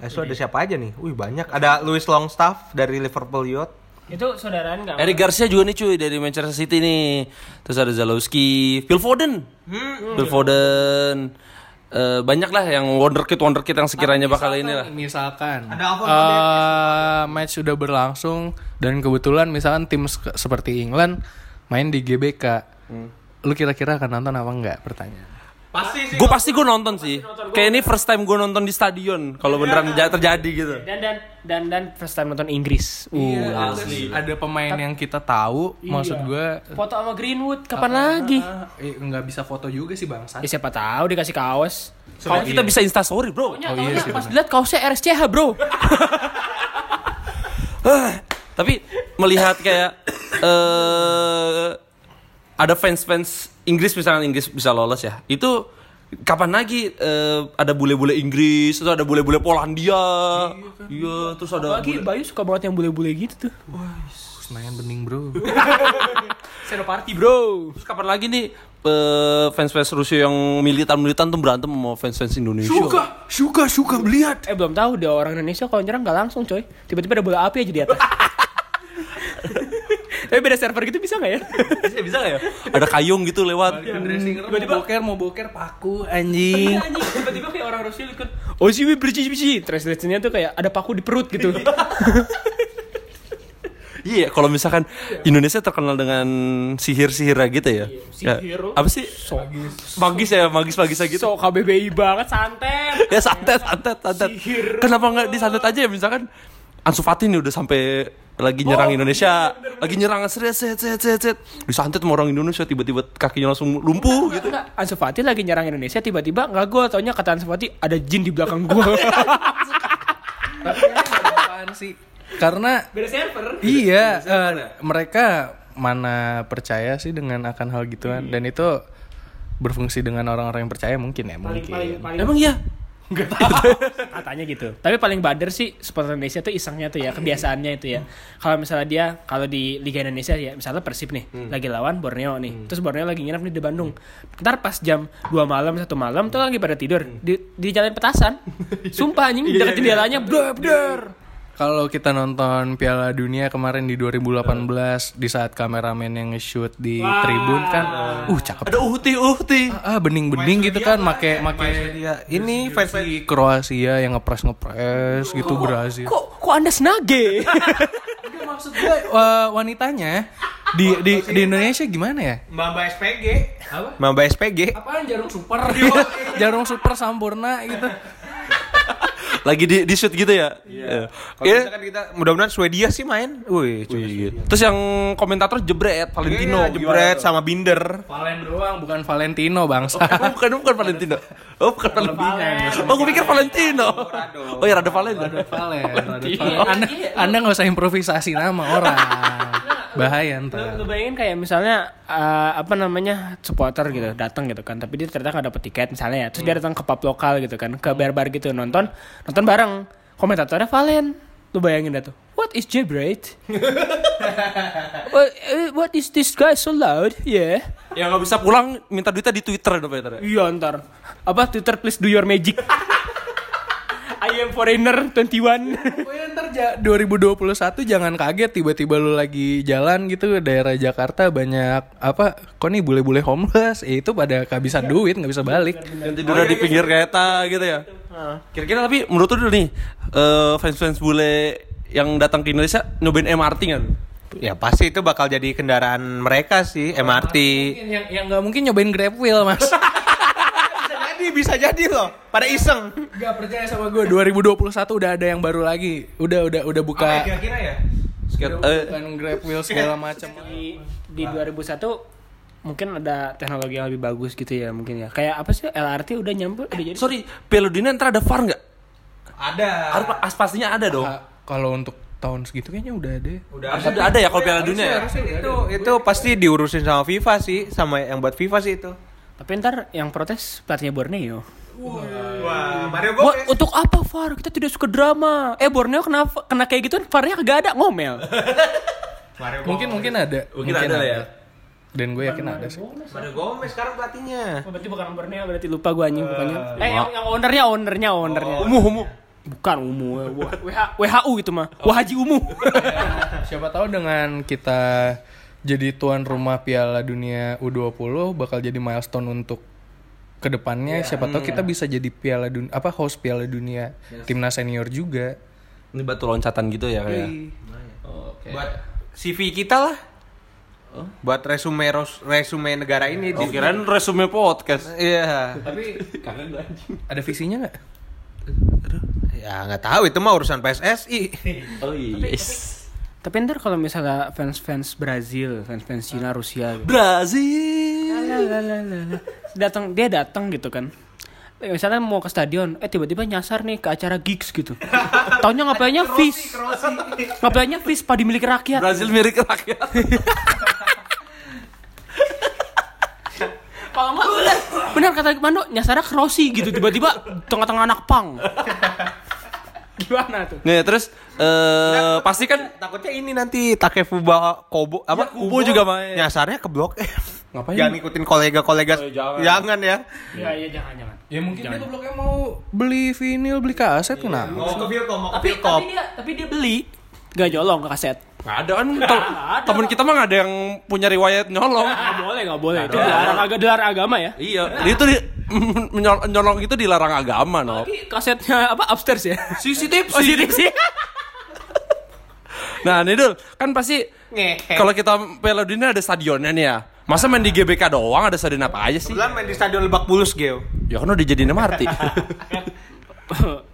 Habis itu ada siapa aja nih? Wih, banyak. Ada Louis Longstaff dari Liverpool Youth. itu saudaraan enggak? Eric Garcia juga nih cuy dari Manchester City nih. Terus ada Zalewski, Phil Foden. Phil Foden. Eh, banyak lah yang wonderkid wonderkid yang sekiranya bakal inilah. Misalkan Ada apa? eh, match sudah berlangsung dan kebetulan misalkan tim se- seperti England main di GBK. Lu kira-kira akan nonton apa enggak pertanyaan? Pasti Gue pasti gue nonton sih. Kayak ini first time gue nonton Iya. di stadion. Kalau beneran ja- terjadi gitu. Dan dan dan dan first time nonton Inggris. Uh, Iya, ada pemain yang kita tahu, iya. maksud gue Foto sama Greenwood kapan lagi? eh, nggak bisa foto juga sih bangsa. Ya siapa tahu dikasih kaos. Kalau iya. kita bisa insta story bro. Oh, iya sih, pas lihat kaosnya RSCH, Bro. Tapi melihat kayak eh ada fans-fans Inggris misalnya Inggris bisa lolos ya. Itu kapan lagi eh, ada bule-bule Inggris, terus ada bule-bule Polandia. Iya, terus ada Lagi bule- Bayu suka banget yang bule-bule gitu tuh. Senayan bening bro. party bro. Terus kapan lagi nih eh, fans-fans Rusia yang militan-militan tuh berantem sama fans-fans Indonesia. suka, suka melihat. Eh belum tahu dia orang Indonesia kalau nyerang nggak langsung coy. Tiba-tiba ada bola api aja di atas. Tapi beda server gitu bisa nggak ya? Bisa bisa nggak ya? Ada kayung gitu lewat. Tiba-tiba boker mau boker paku anjing. Iya, Tiba-tiba kayak orang Rusia ikut. Oh sih, berci berci. Translation-nya tuh kayak ada paku di perut gitu. Iya, kalau misalkan Indonesia terkenal dengan sihir-sihirnya gitu ya. Ya, sihir. Apa sih? Magis ya, magis-magisnya gitu. So KBBI banget santet. Ya santet, santet, santet. Sihir. Kenapa nggak disantet aja ya misalkan Ansu Fati nih udah sampai lagi nyerang Indonesia, lagi nyerang set set set set set. Disantet sama orang Indonesia tiba-tiba kakinya langsung lumpuh gitu. Enggak, Ansu Fati lagi nyerang Indonesia tiba-tiba nggak gol taunya kata Ansu Fati ada jin di belakang gua. Iya, Apaan sih? Karena Beda server. iya eh, mereka mana percaya sih dengan akan hal gituan dan itu berfungsi dengan orang-orang yang percaya mungkin ya mungkin. Emang iya. katanya gitu tapi paling bader sih supporter Indonesia tuh isengnya tuh Iya. ya kebiasaannya itu Hmm. ya kalau misalnya dia kalau di Liga Indonesia ya misalnya Persib nih Hmm. lagi lawan Borneo nih terus Borneo lagi nginep nih di Bandung ntar pas jam 2 malam satu malam tuh lagi pada tidur Hmm. di, di jalan petasan sumpah anjing Iya, dekat jendelanya bder bder Kalau kita nonton Piala Dunia kemarin di 2018 Eh. di saat kameramen yang nge-shoot di tribun kan, Eh. uh cakep. Ada uhti uhti. Ah, bening-bening gitu kan, ya, make make Iya, ini fans si Kroasia yang ngepres ngepres gitu Iya. Brazil. kok kok anda senage maksud gue eh, wanitanya di di di Indonesia gimana ya? Mamba SPG. Apa? Mamba SPG. Iya, Iya. Apaan jarum super? jarum super sampurna gitu. lagi di di shoot gitu ya. Iya. Kalau Iya. kita kan kita mudah-mudahan Swedia sih main. Wih, cuy. Terus yang komentator jebret Valentino. Valentino iya, jebret sama Binder. Valen doang bukan Valentino bangsa. Oh, bukan bukan Valentino. Oh, bukan Valentino. Oh, gue pikir Valentino. Oh ya Rado Valen. Ada Valen, ada Iya. Valen. Anda, anda nggak usah improvisasi nama orang. Nah, Bahaya ntar. Lu bayangin kayak misalnya eh, apa namanya supporter gitu datang gitu kan, tapi dia ternyata nggak dapet tiket misalnya ya, terus dia datang ke pub lokal gitu kan, ke bar-bar gitu nonton, nonton bareng, komentatornya Valen, lu bayangin dah tuh, what is jailbreak? what, eh, what is this guy so loud? Yeah. Yang Ya, nggak bisa pulang minta duitnya di Twitter dong Peter. Iya ntar Apa Twitter please do your magic I am foreigner 21 Pokoknya ntar ja- 2021 jangan kaget tiba-tiba lu lagi jalan gitu daerah Jakarta banyak apa kok nih bule-bule homeless Eh, itu pada kehabisan duit Iya, nggak bisa balik Yang tidurnya di pinggir kereta gitu ya. Kira-kira tapi menurut lu dulu nih eh, fans-fans bule yang datang ke Indonesia nyobain MRT kan? Ya pasti itu bakal jadi kendaraan mereka sih, MRT. yang yang nggak mungkin nyobain grab wheel mas Bisa jadi, bisa jadi loh. Pada iseng. nggak percaya sama gue 2021 udah ada yang baru lagi udah udah udah buka kira ya? Sekian- udah eh, bukan grab wheel segala macam di, di 2001 Mungkin ada teknologi yang lebih bagus gitu ya mungkin ya Kayak apa sih LRT udah nyampe udah eh, jadi sorry, Piala Dunia ntar ada VAR nggak? Ada. Harus- as- pastinya ada dong. Ah, kalau untuk tahun segitu kayaknya udah ada Udah Harusnya udah ada ya kalau Piala Dunia ya. itu itu pasti diurusin sama FIFA sih, sama yang buat FIFA sih itu. Tapi ntar yang protes pelatihnya Borneo Wah, Mario Wah, untuk apa VAR? Kita tidak suka drama Eh Borneo kena, kena kayak gitu VAR-nya kagak ada ngomel mungkin mungkin ada Mungkin ada lah ya. dan gue yakin ada sih Mario Gomez sekarang pelatihnya. Oh, Berarti bukan Borneo berarti lupa gue anjing bukannya Eh Oh, yang, yang ownernya ownernya ownernya Umuh, umuh. Bukan Umu, WH, WHU gitu mah. Wah Haji Umu. Nah, Siapa tahu dengan kita jadi tuan rumah Piala Dunia U20 bakal jadi milestone untuk kedepannya. Siapa tahu kita bisa jadi Piala Dunia apa host Piala Dunia timnas senior juga. Ini batu loncatan gitu ya kayak. Buat CV kita lah. Buat resume ros- resume negara ini Oh, di- kirain resume podcast. Iya. Ada visinya nggak? Ya nggak tahu itu mah urusan PSSI. Oh yes. Tapi ntar kalau misalnya fans-fans Brazil, fans-fans Cina, Rusia gitu. Brazil. datang dia datang gitu kan. Eh, Misalnya mau ke stadion, eh tiba-tiba nyasar nih ke acara gigs gitu. Taunya ngapainnya fish. Ngapainnya fish padi milik rakyat. Brazil milik rakyat. Kalau nggak bener, bener kata Mando nyasarnya ke Rossi gitu tiba-tiba tengah-tengah anak pang. Gimana tuh? Nih, terus eh pasti kan Takutnya ini nanti Takefuba Kobo apa Ya, Kubo juga main. Nyasarnya ke Blok M. Ngapain? Jangan ngikutin kolega-kolega. Eh, jangan. ya. Ya ya jangan jangan. Ya mungkin dia bloknya mau beli vinil, beli kaset kenapa? Mau ke Vilkom, mau Tapi, tapi dia tapi dia beli gak jolong ke kaset. nggak ada kan Tem- temen kita mah nggak ada yang punya riwayat nyolong. Gak boleh, gak boleh. Itu dilarang agak dilarang agama ya. iya, itu di, menyol- nyolong itu dilarang agama, no. Tapi kasetnya apa upstairs ya? CCTV. Positif sih. Nah, nih Dul, kan pasti kalau kita Piala Dunia ada stadionnya nih ya. Masa main di GBK doang ada stadion apa aja sih? Kebetulan main di Stadion Lebak Bulus, Geo. Ya kan udah jadi MRT.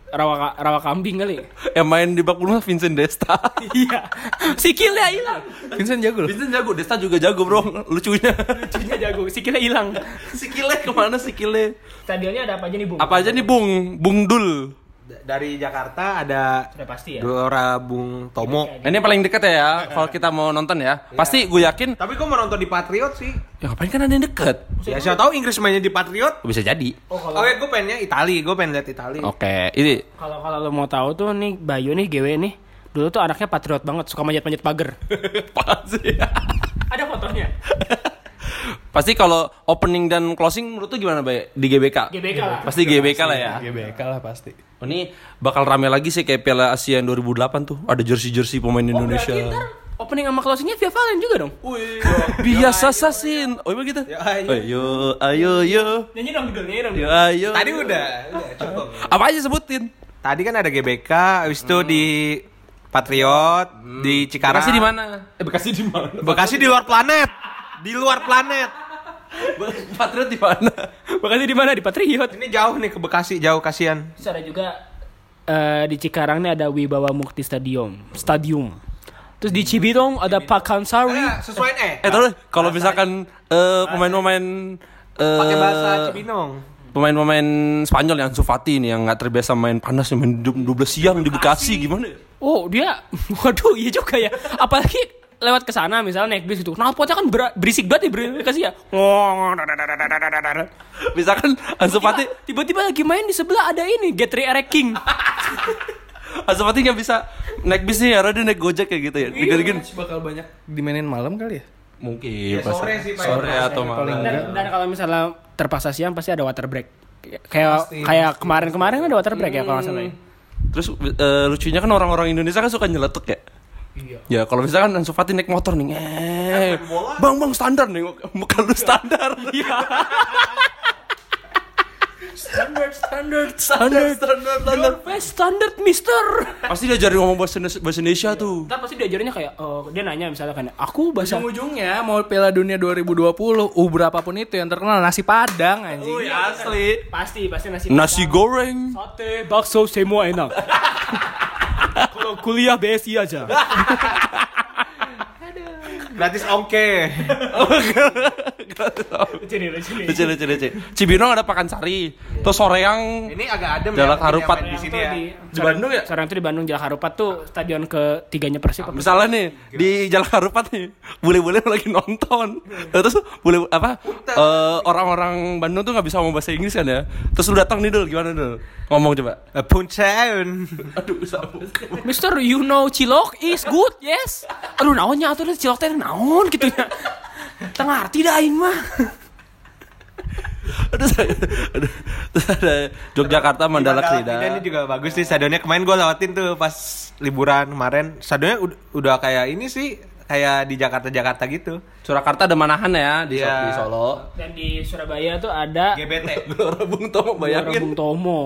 rawa rawa kambing kali. yang main di bak rumah Vincent Desta. Iya. Sikilnya hilang. Vincent jago loh. Vincent jago, Desta juga jago bro, lucunya. Cucunya jago, sikilnya hilang. Sikile kemana sikile? Stadionnya ada apa aja nih, Bung? Apa aja nih Bung? Bung Dul. Dari Jakarta ada Sudah pasti ya. Dora Bung Tomo. Nah, Ini yang paling deket ya, kalau kita mau nonton ya. Pasti gue yakin, Tapi gue mau nonton di Patriot sih. ya ngapain kan ada yang deket? Ya siapa tahu Inggris mainnya di Patriot. Bisa jadi. Oh, iya. Oke, gue pengennya Itali, gue pengen lihat Itali. Oke, ini Kalau kalau lo mau tahu tuh nih Bayu nih GW nih dulu tuh anaknya patriot banget suka manjat-manjat pagar. apaan sih? ada fotonya. Pasti kalau opening dan closing menurut tuh gimana Bay? Di GBK? GBK lah. Pasti GBK lah ya. GBK lah pasti. Oh, Ini bakal rame lagi sih kayak Piala Asia yang 2008 tuh. Ada jersey-jersey Oh, pemain Indonesia. Oh, Opening sama closingnya Via Valen juga dong. Biasa sasin. Oh, emang gitu? Yo, ayo. Ayo, ayo, yo. Nyanyi dong dulu, nyanyi dong. Yo, ayo. Tadi udah, udah cukup. Apa aja sebutin? Tadi kan ada GBK, habis itu di Patriot, di Cikarang. Bekasi di mana? Eh, Bekasi di mana? Bekasi di luar planet. Di luar planet. Patriot di mana? Makanya Iya. di mana di Patriot. Ini jauh nih ke Bekasi, jauh kasihan. Terus ada juga eh, di Cikarang ini ada Wibawa Mukti Stadium. Stadium. Terus di Cibinong ada Pakansari. sesuai eh. Eh terus kalau misalkan eh, pemain-pemain eh, Pakai bahasa Cibinong. Pemain-pemain Spanyol yang Sufati nih yang nggak terbiasa main panas yang main du- 12 siang di Bekasi gimana? ya? Oh, dia waduh iya juga ya. Apalagi lewat ke sana misalnya naik bis gitu. Knalpotnya kan ber- berisik banget ya berkasih ya. Misalkan Iya. Ansufati Tiba-tiba lagi main di sebelah ada ini Getri Eric King. Ansufati nggak bisa naik bis nih karena dia naik Gojek kayak gitu ya. Digerin bakal banyak dimainin malam kali ya mungkin pas- sore atau malam. Dan, dan kalau misalnya terpaksa siang pasti ada water break. Kayak kayak kemarin-kemarin ada water break ya kalau nggak salah. ya. Terus eh, lucunya kan orang-orang Indonesia kan suka nyeletuk ya. Ya kalau misalkan Ansu Fati naik motor nih, eh, bang bang standar nih, muka lu standar, Standard, standard, standar standar standar. standard, Mister. Pasti diajarin ngomong bahasa Indonesia, bahasa Indonesia tuh. Ntar pasti diajarinnya kayak eh, dia nanya misalnya kan, aku bahasa ujungnya mau Piala Dunia 2020 uh berapapun itu yang terkenal nasi padang Oh, anjing asli. pasti pasti nasi Nasi goreng. sate bakso semua enak. kalau kuliah BSI aja. Gratis ongke. Lucu lucu lucu. Cibinong ada Pakansari. Terus Soreang Ini agak adem Jalak ya, mungkin harupat. yang main di sini ya. Di Bandung ya? Sekarang tuh di Bandung Jalan Harupat tuh stadion ketiganya Persib. apa? Misalnya nih di Jalan Harupat nih, boleh-boleh lagi nonton. Terus boleh apa? eh, orang-orang Bandung tuh nggak bisa ngomong bahasa Inggris kan ya. Terus lu datang nih dul, gimana dul? Ngomong coba. Eh, Puncaun. Aduh, sambung. Mister, you know cilok is good, yes. Aduh, naonnya atuh cilok teh naon gitu ya. Tengah arti dah aing mah. Aduh, saya- aduh. Terus ada Yogyakarta Mandala Krida. Krida ini juga bagus nih stadionnya. Kemarin gue lewatin tuh pas liburan kemarin. Stadionnya ud- udah kayak ini sih, kayak di Jakarta-Jakarta gitu. Surakarta ada Manahan ya di, Iya. di Solo. Dan di Surabaya tuh ada GBT. Gelora Bung Tomo Gelora bayangin. Bung Tomo.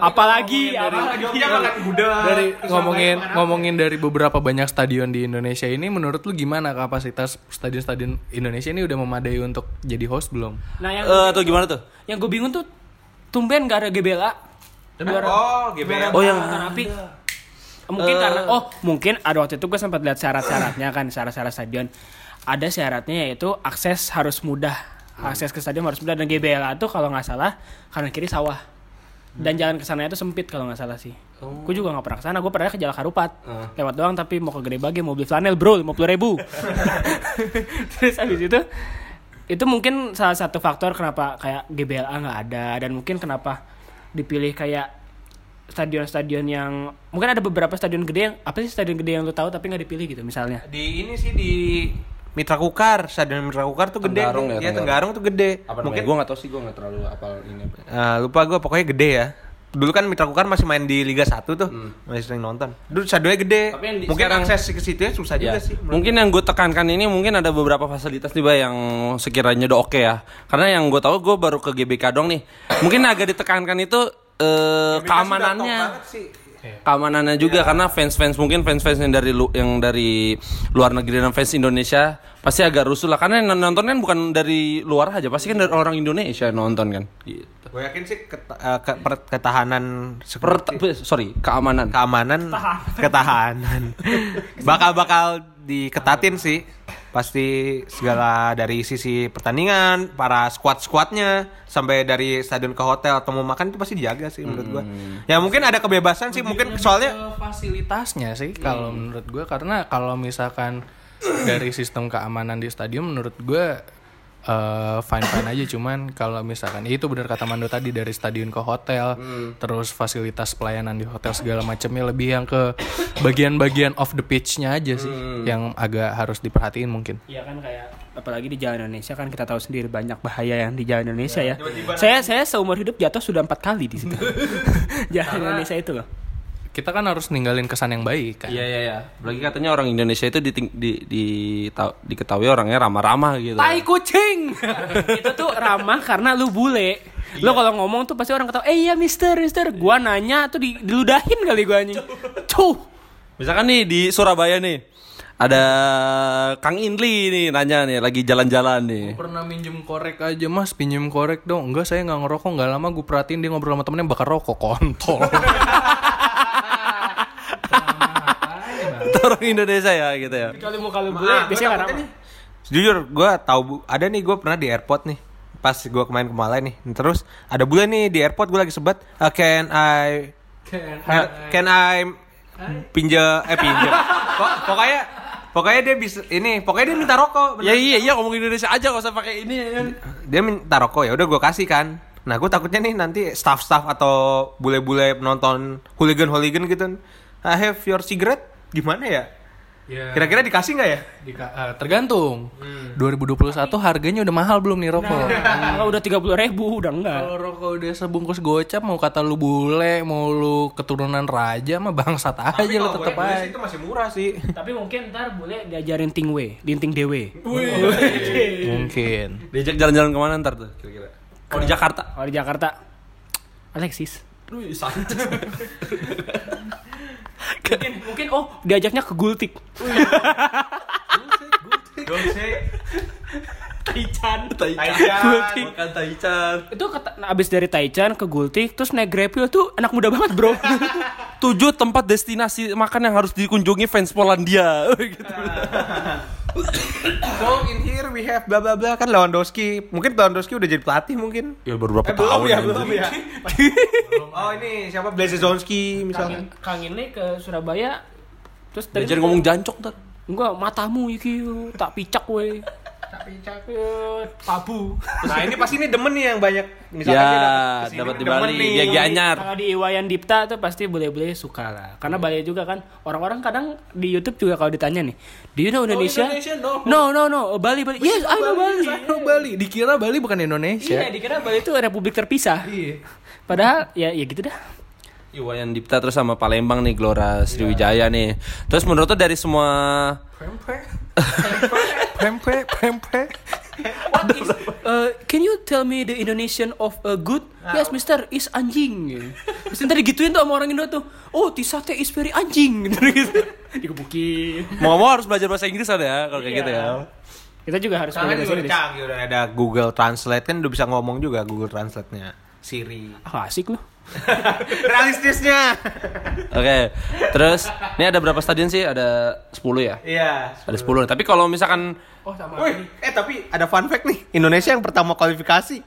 Apalagi apalagi- Jogja Iya, makan gudeg. dari ngomongin ngomongin dari beberapa banyak stadion di Indonesia ini menurut lu gimana kapasitas stadion-stadion Indonesia ini udah memadai untuk jadi host belum Nah, yang Eh, atau gimana tuh? yang gue bingung tuh tumben gak ada GBLA. Oh, GBT. Oh yang Tapi mungkin karena oh mungkin ada waktu itu gue sempat lihat syarat-syaratnya kan syarat-syarat stadion ada syaratnya yaitu akses harus mudah akses ke stadion harus mudah dan GBLA tuh kalau nggak salah kanan kiri sawah dan jalan ke sana itu sempit kalau nggak salah sih gue juga nggak pernah ke sana gue pernah ke jalan Karupat lewat doang tapi mau ke Gede Bage mau beli flanel bro lima puluh ribu terus habis itu itu mungkin salah satu faktor kenapa kayak GBLA nggak ada dan mungkin kenapa dipilih kayak stadion-stadion yang mungkin ada beberapa stadion gede yang apa sih stadion gede yang lu tahu tapi nggak dipilih gitu misalnya Di ini sih di Mitra Kukar, stadion Mitra Kukar tuh gede. Tenggarong ya, Iya, Tenggarong. Tenggarong tuh gede. apa Mungkin gue nggak tahu sih gue nggak terlalu apal ini. apa. ya. Eh, lupa gue pokoknya gede ya. Dulu kan Mitra Kukar masih main di Liga 1 tuh, masih sering nonton. Dulu stadionnya gede. Hmm. Tapi yang di- Mungkin sekarang- akses ke situ susah Ya. juga sih. menurut Mungkin yang gue tekankan ini mungkin ada beberapa fasilitas nih Bay, yang sekiranya udah oke ya. Karena yang gue tahu gue baru ke GBK dong nih. Mungkin agak ditekankan itu eh, gue. keamanannya. Banget sih. Keamanannya juga karena fans-fans mungkin fans-fans yang dari lu, yang dari luar negeri dan fans Indonesia pasti agak rusuh lah karena yang nonton kan bukan dari luar aja pasti kan dari orang Indonesia yang nonton kan. Gitu. Gue yakin sih ket- eh, ke- per- ketahanan Per, security- sorry keamanan. keamanan ketahanan bakal bakal diketatin sih pasti segala dari sisi pertandingan para squad squadnya sampai dari stadion ke hotel atau mau makan itu pasti dijaga sih menurut gua ya mungkin ada kebebasan sih mungkin soalnya Ke fasilitasnya sih kalau menurut gue karena kalau misalkan dari sistem keamanan di stadion menurut gue fine fine aja cuman kalau misalkan ya itu benar kata Mando tadi dari stadion ke hotel terus fasilitas pelayanan di hotel segala macamnya lebih yang ke bagian-bagian off the pitch-nya aja sih yang agak harus diperhatiin mungkin Iya kan kayak apalagi di jalan Indonesia kan kita tahu sendiri banyak bahaya yang di jalan Indonesia Iya, ya. Saya saya seumur hidup jatuh sudah empat kali di situ. jalan Indonesia itu loh. kita kan harus ninggalin kesan yang baik kan Iya iya iya. Apalagi katanya orang Indonesia itu di, di, di, tau- diketahui orangnya ramah-ramah gitu. Tai kucing. itu tuh ramah karena lu bule. Iya. Lo kalau ngomong tuh pasti orang ketawa, "Eh iya, Mister, Mister." Gua nanya tuh di- diludahin kali gua anjing. Cuh. Misalkan nih di Surabaya nih ada Kang Indli nih nanya nih lagi jalan-jalan nih. pernah minjem korek aja mas pinjem korek dong enggak saya nggak ngerokok nggak lama gue perhatiin dia ngobrol sama temennya bakar rokok kontol Orang Indonesia ya gitu ya. Kecuali muka lu Ah, bule, biasanya nggak ramah. Jujur, gue tahu bu- ada nih gue pernah di airport nih pas gue kemarin ke Malai nih terus ada bule nih di airport gue lagi sebat "Uh, can I uh, can I pinja eh pinja Pok- pokoknya pokoknya dia bisa ini pokoknya dia minta rokok Ya iya iya ngomong Indonesia aja gak usah pakai ini ya. kan. dia minta rokok ya udah gue kasih kan nah gue takutnya nih nanti staff-staff atau bule-bule penonton hooligan-hooligan gitu I have your cigarette gimana ya Ya. kira-kira dikasih nggak ya Di- eh, tergantung. 2021 harganya udah mahal belum nih rokok? Kalau udah 30 ribu, udah enggak. Nah, Kalau rokok udah sebungkus gocap mau kata lu bule, mau lu keturunan raja mah bangsat aja Iya, lu tetep aja. itu masih murah sih Tapi mungkin ntar boleh diajarin ting we, linting dewe. Mungkin. Diajak jalan-jalan kemana ntar tuh kira-kira? Oh di Jakarta. Kalau di Jakarta, Alexis. mungkin, mungkin oh diajaknya ke Gultik. Iya. Taichan. Taichan. Makan Taichan. Itu kata- nah, abis dari Taichan ke Gultik, terus naik Grepio tuh anak muda banget bro. Tujuh tempat destinasi makan yang harus dikunjungi fans Polandia. gitu. so "Oh, in here we have bla bla bla kan Lewandowski mungkin Lewandowski udah jadi pelatih mungkin Ya baru berapa eh, belum tahun ya anjir. belum ya oh ini siapa Blazezonski misalnya Kang ini ke Surabaya, terus tadi Diajarin ngomong jancok ntar. Enggak, matamu iki tak picak we. tak picak tabu. nah ini pasti ini demen nih yang banyak misalnya Ya, dia dapet kesini, dapat di demen Bali. nih. Ya Gianyar. Iya, Kalau di Iwayan Dipta tuh pasti boleh-boleh suka lah. Karena Bali juga kan orang-orang kadang di YouTube juga kalau ditanya nih, "Do you know Oh, Indonesia?" no. no, no, Bali, Bali. Yes, I know Bali. Sono Bali, dikira Bali bukan Indonesia. Iya, dikira Bali itu republik terpisah. Iya. Padahal ya ya gitu dah. Iwayan Dipta terus sama Palembang nih Glora Sriwijaya nih. Terus menurut tuh dari semua Iya. Pempe, pempe. Uh, can you tell me the Indonesian of a good? Yes, Mister is anjing. Terus ntar digituin tuh sama orang Indo tuh. Oh, tisate is very anjing. Gitu gitu. Dikebukin. mau mau harus belajar bahasa Inggris ada ya kalau kayak gitu ya. Kita juga harus belajar bahasa Sekarang kan juga udah Inggris. canggih udah ada Google Translate kan udah bisa ngomong juga Google Translate-nya. Siri. Ah, asik loh. Realistisnya. Oke. Terus ini ada berapa stadion sih? Ada 10 ya? Iya. Ada 10. Tapi kalau misalkan Oh, sama. Wih, eh tapi ada fun fact nih. Indonesia yang pertama kualifikasi.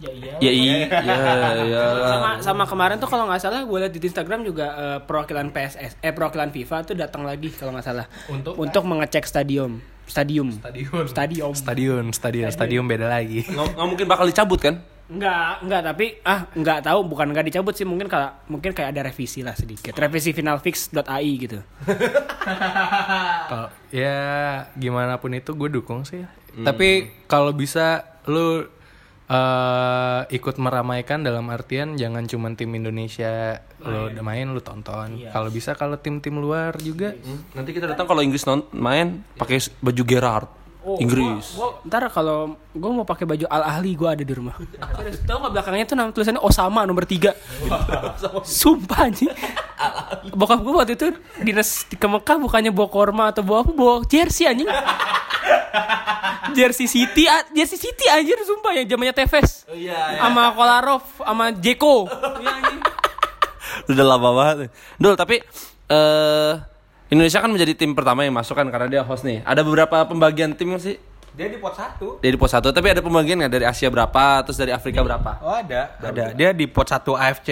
Ya iya. ya i ya ya. Sama, sama kemarin tuh kalau nggak salah gue lihat di Instagram juga eh, perwakilan PSS eh perwakilan FIFA tuh datang lagi kalau nggak salah Untuk- untuk mengecek stadion stadium Stadion. stadion Stadion, stadion, stadion beda lagi. Nggak nggak mungkin bakal dicabut kan? Enggak, enggak tapi ah enggak tahu bukan enggak dicabut sih mungkin kalau mungkin kayak ada revisi lah sedikit. Revisi finalfix.ai gitu. Kalau ya gimana pun itu gue dukung sih. Tapi kalau bisa lu eh, ikut meramaikan dalam artian jangan cuman tim Indonesia lu udah main lu tonton. Kalau bisa kalau tim-tim luar juga Nanti kita datang kalau Inggris non main pakai baju Gerard. Inggris. Ntar kalau gue mau pakai baju al ahli gue ada di rumah. Terus tahu nggak belakangnya tuh nama tulisannya Osama nomor 3 Sumpah anjing. Bokap gue waktu itu dinas ke Mekah bukannya bawa korma atau bawa apa bawa jersey anjing. Jersey City, ah, Jersey City anjir sumpah yang zamannya Oh, Tevez. iya, Sama Kolarov, sama Jeko. Iya, anjing. Udah lama banget. Dul, tapi eh Indonesia kan menjadi tim pertama yang masuk kan karena dia host nih. Ada beberapa pembagian tim sih Dia di pot 1. dari pos 1, tapi ada pembagian nggak dari Asia berapa, terus dari Afrika berapa? Oh, ada. Ada. Dia di pot 1 AFC.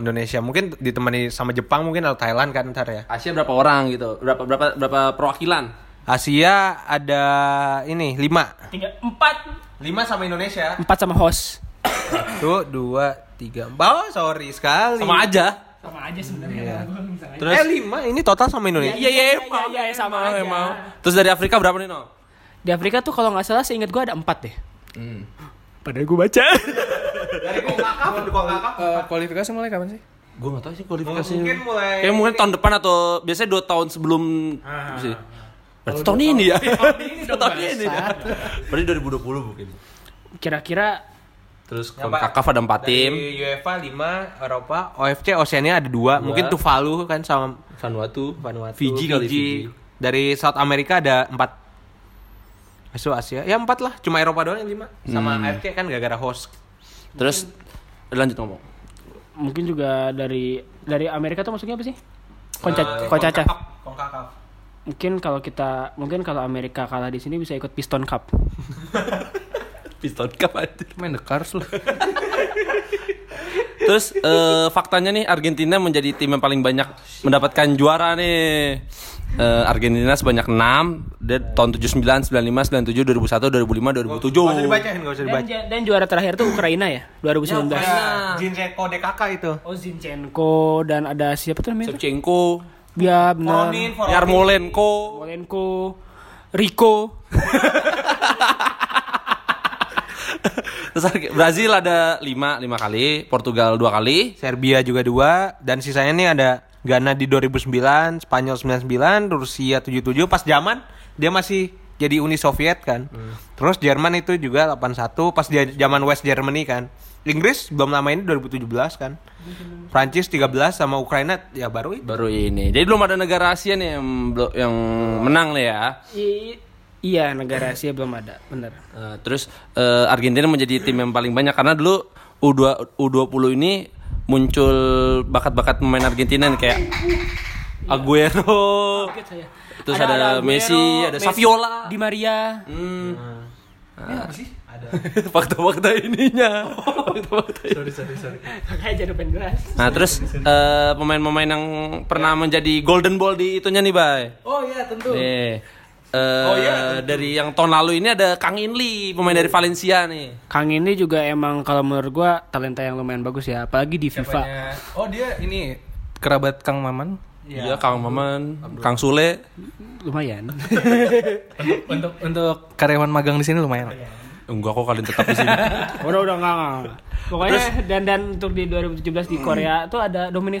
Indonesia mungkin ditemani sama Jepang mungkin atau Thailand kan ntar ya. Asia berapa orang gitu? Berapa berapa berapa perwakilan? Asia ada ini 5. Tiga, empat 5 sama Indonesia. empat sama host Tuh 2 3. Oh, sorry sekali. Sama aja. sama aja sebenarnya Terus, eh 5 ini total sama Indonesia. Iya, iya, emang. iya, iya, sama aja. Terus dari Afrika berapa nih, No? di Afrika tuh kalau nggak salah seingat gua ada empat deh padahal gue baca Dari Kokaka, Kokaka. Eh, kualifikasi mulai kapan sih? Gue gak tau sih kualifikasi. Mungkin mulai- Kayak Oh, mungkin tahun depan atau biasanya 2 tahun sebelum sih. Berarti Ah. tahun ini ya. Tahun ini. ya. Berarti 2020 mungkin. kira-kira Terus Kakak ada 4 tim. Dari UEFA 5, Eropa, OFC, Oceania ada 2. Mungkin Tuvalu kan sama Vanuatu, Vanuatu, Fiji kali Fiji. Dari South America ada 4. Masuk Asia. Ya 4 lah, cuma Eropa doang yang 5. Sama AFC kan gara-gara host. Terus lanjut ngomong. mungkin juga dari dari Amerika tuh maksudnya apa sih? Eh, Eh, Konca, Koncacaf. Kongkakaf. Mungkin kalau kita mungkin kalau Amerika kalah di sini bisa ikut Piston Cup. Piston Cup aja. Main the cars lu. Terus eh, faktanya nih Argentina menjadi tim yang paling banyak mendapatkan juara nih. Eh, Argentina sebanyak 6 dari tahun 79, 95, 97, 2001, 2005, 2007. Gak usah dibacain, gak usah Dan, dibacain. ja- dan juara terakhir tuh Ukraina ya, 2019. Jin Zeko DKK itu. Oh Zinchenko dan ada siapa tuh namanya? tuh? Shevchenko, Ya benar. Yarmolenko, Molenko, Rico, Terus Ar- Brazil ada 5, 5 kali, Portugal 2 kali. Serbia juga dua dan sisanya nih ada Ghana di 2009, Spanyol 99, Rusia 77 pas zaman dia masih jadi Uni Soviet kan. Terus Jerman itu juga 81 pas dia zaman West Germany kan. Inggris belum lama ini 2017 kan. Prancis 13 sama Ukraina ya baru itu. Baru ini. Jadi belum ada negara Asia nih yang belo- yang menang nih ya. I- iya negara Asia belum ada, bener. Eh, terus eh, Argentina menjadi tim yang paling banyak karena dulu U2 U20 ini muncul bakat-bakat pemain Argentina nih, kayak Aguero. Terus ada, Aguero, Messi, ada Messi, Saviola. Di Maria. Hmm. Fakta-fakta ininya. Oh. Fakta-fakta ini. Makanya jadi pengen jelas. Nah terus eh, pemain-pemain yang pernah menjadi golden ball di itunya nih Bay Ya. Oh iya tentu. Oh, iya, Nih eh, Dari yang tahun lalu ini ada Kang Inli Pemain dari Valencia nih Kang ini juga emang kalau menurut gua talenta yang lumayan bagus ya, apalagi di FIFA. Oh dia ini kerabat Kang Maman. Iya Kang Maman Kang Sule Lumayan. untuk untuk karyawan magang di sini lumayan. Enggak kok kalian tetap di sini udah udah enggak. Pokoknya dan dan untuk di 2017 di Korea tuh ada Dominic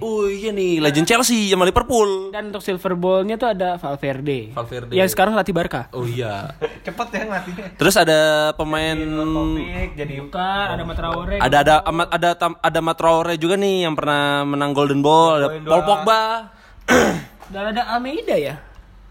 Oh iya nih Legend Chelsea sama Liverpool Dan untuk silver ball-nya tuh ada Valverde. Valverde. Yang sekarang latih Barca. Oh iya Cepet ya ngelatihnya. Terus ada pemain Topik jadi Bukan, ada Matraore. ada ada ama- ada tam- ada Matraore juga nih yang pernah menang Golden Ball ada Paul Pogba Dan ada Almeida ya?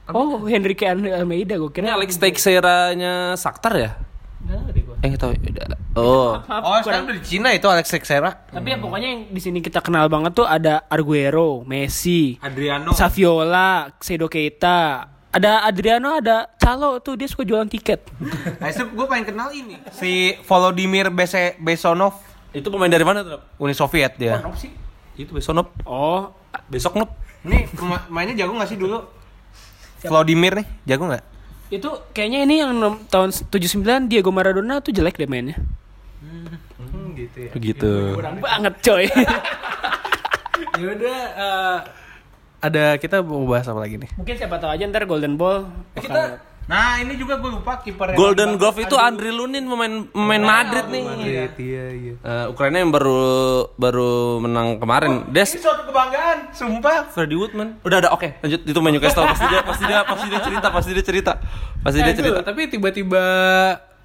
Oh, Henrique Almeida gue ini kira. Alex Teixeira-nya Shakhtar ya Nggak ngerti gua. eh nggak tahu ya udah lah. oh hmm. Maaf, Oh, kurang- sekarang udah di Cina itu Alex Teixeira. Tapi ya pokoknya yang di sini kita kenal banget tuh ada Arguero, Messi, Adriano. Saviola, Sedo Keita. Ada Adriano, ada Calo tuh dia suka jualan tiket. Nah, itu gue pengen kenal ini. Si Volodymyr Bese- Besonov itu pemain dari mana tuh Uni Soviet dia. itu besok nop Oh, besok nop Nih, pema- mainnya jago gak sih dulu? Vladimir nih, jago gak? itu kayaknya ini yang nom- tahun 79 Diego Maradona tuh jelek deh mainnya. gitu Kurang banget coy. Ya udah ada kita mau bahas apa lagi nih? Mungkin siapa tahu aja ntar Golden Ball. Kita Nah, ini juga gue lupa kiper Golden Glove itu Andri Lunin pemain Iya, pemain Madrid nih Iya iya. Eh, Ukraina yang baru baru menang kemarin Des suatu kebanggaan, sumpah. Freddy Woodman udah ada oke lanjut itu main Newcastle pasti dia pasti dia pasti dia cerita pasti dia cerita pasti dia cerita tapi tiba-tiba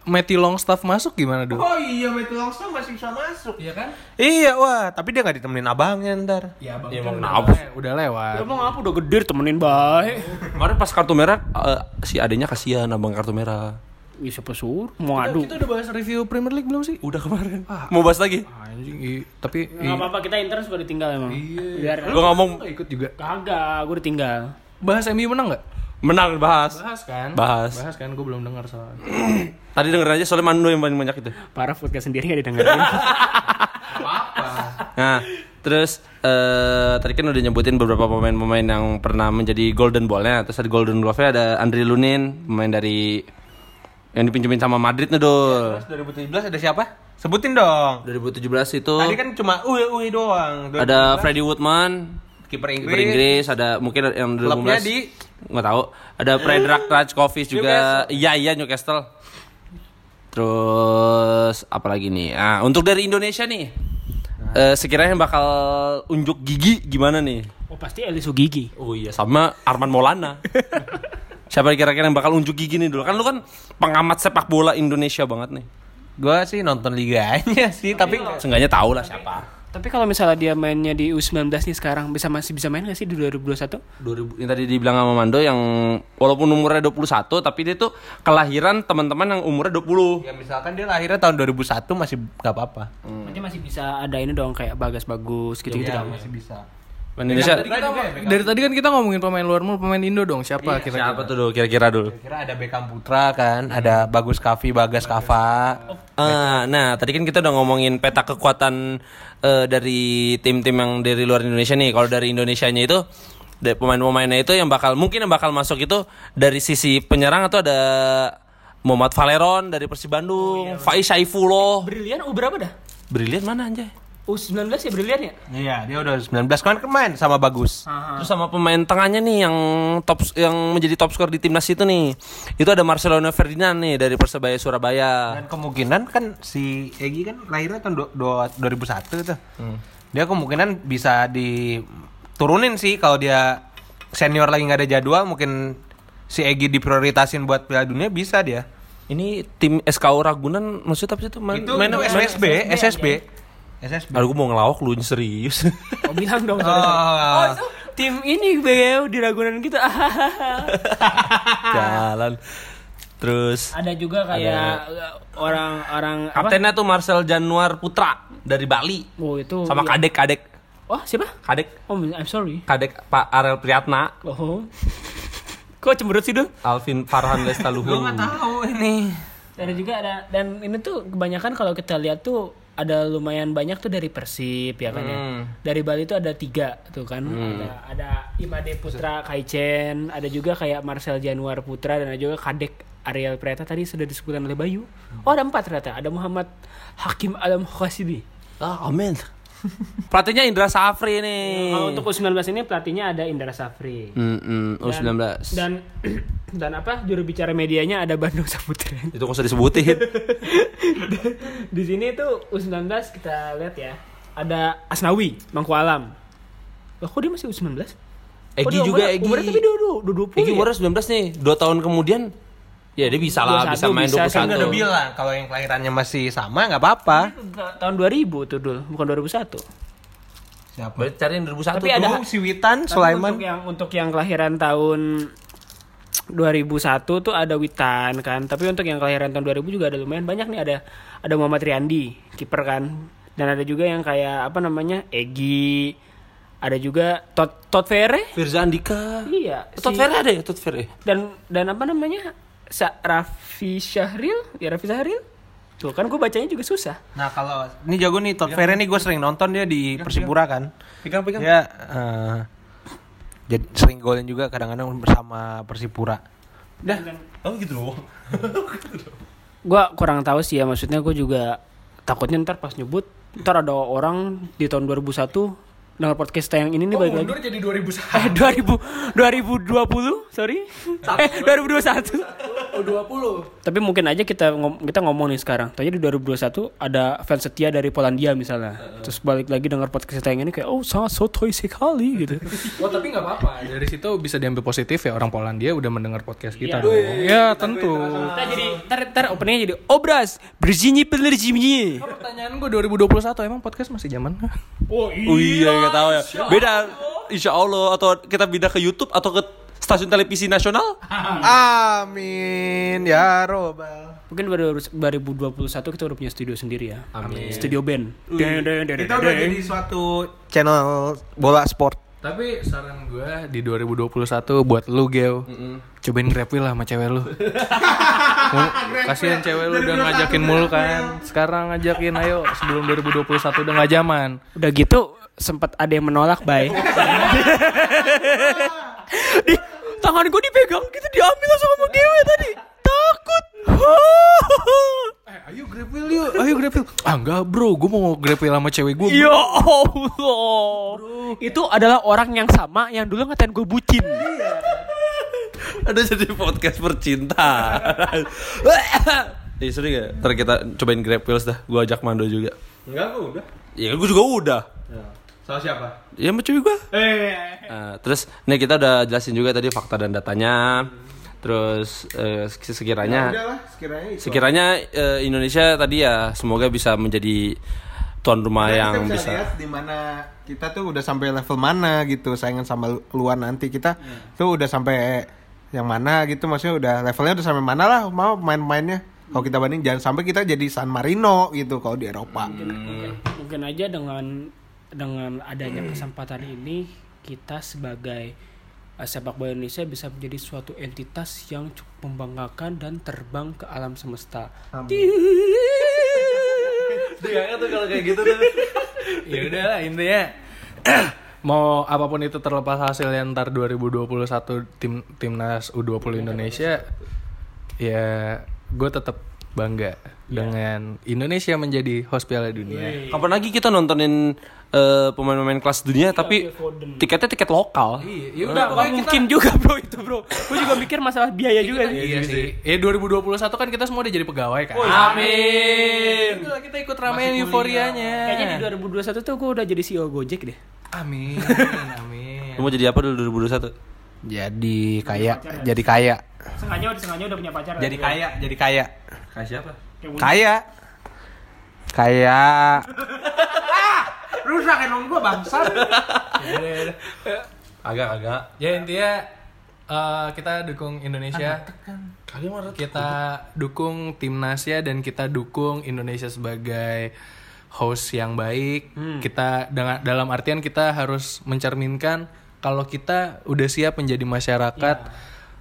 Matty Longstaff masuk gimana dulu? Oh iya, Matthew Longstaff masih bisa masuk. Iya kan? Iya, wah, tapi dia gak ditemenin abangnya ntar. Iya bang. ya mau kenapa Udah lewat. Emang apa udah gede temenin baik. Kemarin pas kartu merah eh, si adenya kasihan abang kartu merah. Ih, siapa suruh? Mau adu. Iya, Kita udah bahas review Premier League belum sih? Udah kemarin. Mau bahas lagi? Anjing, iya. tapi Enggak apa-apa kita intern suka ditinggal emang. Iya. Biar Gua ngomong ikut juga. kagak, gue ditinggal. Bahas MU menang nggak? menang bahas. Bahas kan? Bahas. Bahas kan, gue belum dengar soalnya. Tadi denger aja soalnya Manu yang paling banyak itu. Parah podcast sendiri gak didengerin. Nah, terus eh tadi kan udah nyebutin beberapa pemain-pemain yang pernah menjadi golden ball-nya. Terus ada golden glove-nya ada Andri Lunin, pemain dari yang dipinjemin sama Madrid nih dul. Terus 2017 ada siapa? Sebutin dong. 2017 itu Tadi kan cuma uwe uwe doang. ada Freddy Woodman, kiper kiper Inggris. Inggris, ada mungkin yang 2015 Klubnya di- nggak tahu. Ada Predrag Rajkovic juga. Iya iya Newcastle. Terus apalagi nih? Ah, untuk dari Indonesia nih. eh, sekiranya bakal unjuk gigi gimana nih? oh pasti Eli Sugigi. Oh iya sama Arman Maulana. Siapa kira-kira yang bakal unjuk gigi nih dulu? Kan lu kan pengamat sepak bola Indonesia banget nih. Gue sih nonton liganya sih, tapi Seenggaknya tahu lah siapa. Tapi kalau misalnya dia mainnya di U19 nih sekarang bisa masih bisa main gak sih di 2021? 2000 yang tadi dibilang sama Mando yang walaupun umurnya 21 tapi dia tuh kelahiran teman-teman yang umurnya 20. Ya misalkan dia lahirnya tahun 2001 masih gak apa-apa. Berarti masih bisa ada ini dong kayak Bagas bagus gitu-gitu dong. Iya, masih bisa. Nah, Indonesia Dari tadi kan kita ngomongin pemain luar mulu, pemain Indo dong. Siapa kira-kira? siapa tuh dulu kira-kira dulu? Kira ada Beckham Putra kan, ada Bagus Kavi, Bagas Kava. Eh, nah, tadi kan kita udah ngomongin peta kekuatan eh, dari tim-tim yang dari luar Indonesia nih. Kalau dari Indonesianya itu da- pemain-pemainnya itu yang bakal mungkin yang bakal masuk itu dari sisi penyerang atau ada Muhammad Valeron dari Persib Bandung, Faiz Saifullah. Brilian U berapa dah? Brilian iya. mana anjay? U19 ya Brilian ya? Iya, dia udah 19 kan kemarin sama Bagus. Ah. Terus sama pemain tengahnya nih yang top yang menjadi top skor di timnas itu nih. Itu ada Marcelino Ferdinand nih dari Persebaya Surabaya. Dan kemungkinan kan si Egi kan lahirnya tahun du- du- 2001 tuh. Hmm. Dia kemungkinan bisa diturunin sih kalau dia senior lagi nggak ada jadwal mungkin si Egi diprioritasin buat Piala Dunia bisa dia. Ini tim SKU Ragunan maksudnya apa sih itu main Itu main- itu main- SSB, SSB. ya? SSB. Aduh gue mau ngelawak lu ini serius Oh bilang dong. Oh, sorry, sorry. Oh, itu tim ini beo di Ragunan gitu. Jalan Terus ada juga kayak orang-orang apa? Kaptennya tuh Marcel Januar Putra Dari Bali Oh itu. Sama iya. kadek-kadek Oh siapa? Kadek Oh I'm sorry. Kadek Pak Arel Priyatna Oh. Kok cemberut sih dong? Alvin Farhan Lestaluhu tahu ini. Ada juga ada dan ini tuh kebanyakan kalau kita lihat tuh ada lumayan banyak tuh dari Persib ya kan ya. Hmm. Dari Bali tuh ada tiga tuh kan. Ada, ada Imade Putra Kaichen, ada juga kayak Marcel Januar Putra dan ada juga Kadek Ariel Preta tadi sudah disebutkan oleh Bayu. Oh ada empat ternyata. Ada Muhammad Hakim Alam Khasidi. Ah amin Pelatihnya Indra Safri nih Kalau untuk U19 ini pelatihnya ada Indra Safri. Oh, Mm-mm, U19 Dan dan apa juru bicara medianya ada Bandung Saputra. Itu gak usah disebutin di sini tuh U19 kita lihat ya. Ada Asnawi, Mangku Alam. Loh, kok dia masih U19? Oh, Egi dia juga umurnya- Egi Umurnya tapi dia udah udah Egi 20 ya? umurnya 19 nih 2 tahun kemudian Ya dia bisa lah 21, Bisa main bisa, kan 21 udah bilang kalau yang kelahirannya masih sama nggak apa-apa. Ta- Tahun 2000 tuh dulu, bukan 2001. Siapa? Berarti cari yang 2001 Tapi ada- Dulu si Witan, Tapi Sulaiman. Untuk yang untuk yang kelahiran tahun 2001 tuh ada Witan kan. Tapi untuk yang kelahiran tahun 2000 juga ada lumayan banyak nih ada ada Muhammad Riyandi, kiper kan. Dan ada juga yang kayak apa namanya? Egi. Ada juga Tot Tot Vere. Firza Andika Iya. si- Tot Ferry ada ya Tot Ferry dan dan apa namanya? Sa Raffi Syahril, ya Raffi Syahril. Tuh kan gue bacanya juga susah. Nah kalau ini jago nih Todd Ferry nih gue sering nonton dia di Persipura kan. Iya. Pegang pegang. Ya eh, jadi sering golin juga kadang-kadang bersama Persipura. Dah. Oh gitu loh Gua kurang tahu sih ya maksudnya gue juga takutnya ntar pas nyebut ntar ada orang di tahun 2001 dengar podcast kita yang ini nih balik lagi. Oh, jadi 2001. Eh 2000 2020, sorry. eh 2021. Oh, 20. Tapi mungkin aja kita ngom- kita ngomong nih sekarang. Tanya di 2021 ada fans setia dari Polandia misalnya. Terus balik lagi dengar podcast kita yang ini kayak oh sangat sotoy sekali gitu. Oh tapi nggak apa-apa. Dari situ bisa diambil positif ya orang Polandia udah mendengar podcast Iya. kita. dong. Ya tentu. Kita jadi ntar, ntar openingnya jadi obras berzini penerjimnya. Pertanyaan gue 2021 emang podcast masih zaman kah? Oh iya nggak tahu ya. Beda. Insya Allah atau kita pindah ke YouTube atau ke stasiun televisi nasional. Amin ya robbal. Mungkin pada 2021 kita udah punya studio sendiri ya. Amin. Studio band. Deng, deng, deng, Kita deng, udah deng. jadi suatu channel bola sport. Tapi saran gue di 2021 buat lu Geo Cobain grab wheel lah sama cewek lu Mu- Kasihan cewek lu udah ngajakin mulu kan Sekarang ngajakin ayo sebelum 2021 udah gak zaman Udah gitu sempat ada yang menolak, Bay. di tangan gue dipegang gitu diambil langsung sama Gewe tadi. Takut. Ayo grab wheel yuk, ayo grab wheel Ah enggak bro, gue mau grab wheel sama cewek gue ya Allah. Itu adalah orang yang sama yang dulu ngatain gue bucin. Ada jadi podcast bercinta. Iya seru gak? Ntar kita cobain Grab Wheels dah. Gue ajak Mando juga. Enggak gue udah. Ya gue juga udah. Soal siapa? Ya sama cewek gue. Eh. Nah, terus nih kita udah jelasin juga tadi fakta dan datanya. Terus eh, sekiranya sekiranya Sekiranya eh, Indonesia tadi ya semoga bisa ya, menjadi tuan rumah yang Nah, kita bisa, bisa. lihat di mana kita tuh udah sampai level mana gitu saingan sama lu- luar nanti kita tuh udah sampai yang mana gitu maksudnya udah levelnya udah sampai mana lah mau main-mainnya kalau kita banding jangan sampai kita jadi San Marino gitu kalau di Eropa Hmm. mungkin aja dengan dengan adanya kesempatan ini kita sebagai eh, sepak bola Indonesia bisa menjadi suatu entitas yang cukup membanggakan dan terbang ke alam semesta. tuh kalau kayak gitu tuh. ya udahlah intinya mau apapun itu terlepas hasilnya ntar 2021 tim timnas U20 Indonesia ya gue tetap bangga dengan Indonesia menjadi host Piala Dunia. Kapan lagi kita nontonin eh, pemain-pemain kelas dunia Iya, tapi tiketnya tiket lokal. ya Eh, Iya Nggak mungkin juga bro itu bro. Gue juga mikir masalah biaya juga sih. Iya sih. Eh 2021 kan kita semua udah jadi pegawai kan. iya. Amin. Itulah kita ikut ramein euforianya. Kayaknya di 2021 tuh gue udah jadi CEO Gojek deh. Amin. Amin. Lu mau jadi apa dulu 2021? jadi kaya jadi kaya Sengaja udah sengaja udah punya pacar. Jadi kaya, jadi kaya. Kayak siapa? kaya kaya Ah, Agak agak. Ya intinya eh, kita dukung Indonesia. Kita dukung timnasnya dan kita dukung Indonesia sebagai host yang baik. Kita dengan dalam artian kita harus mencerminkan kalau kita udah siap menjadi masyarakat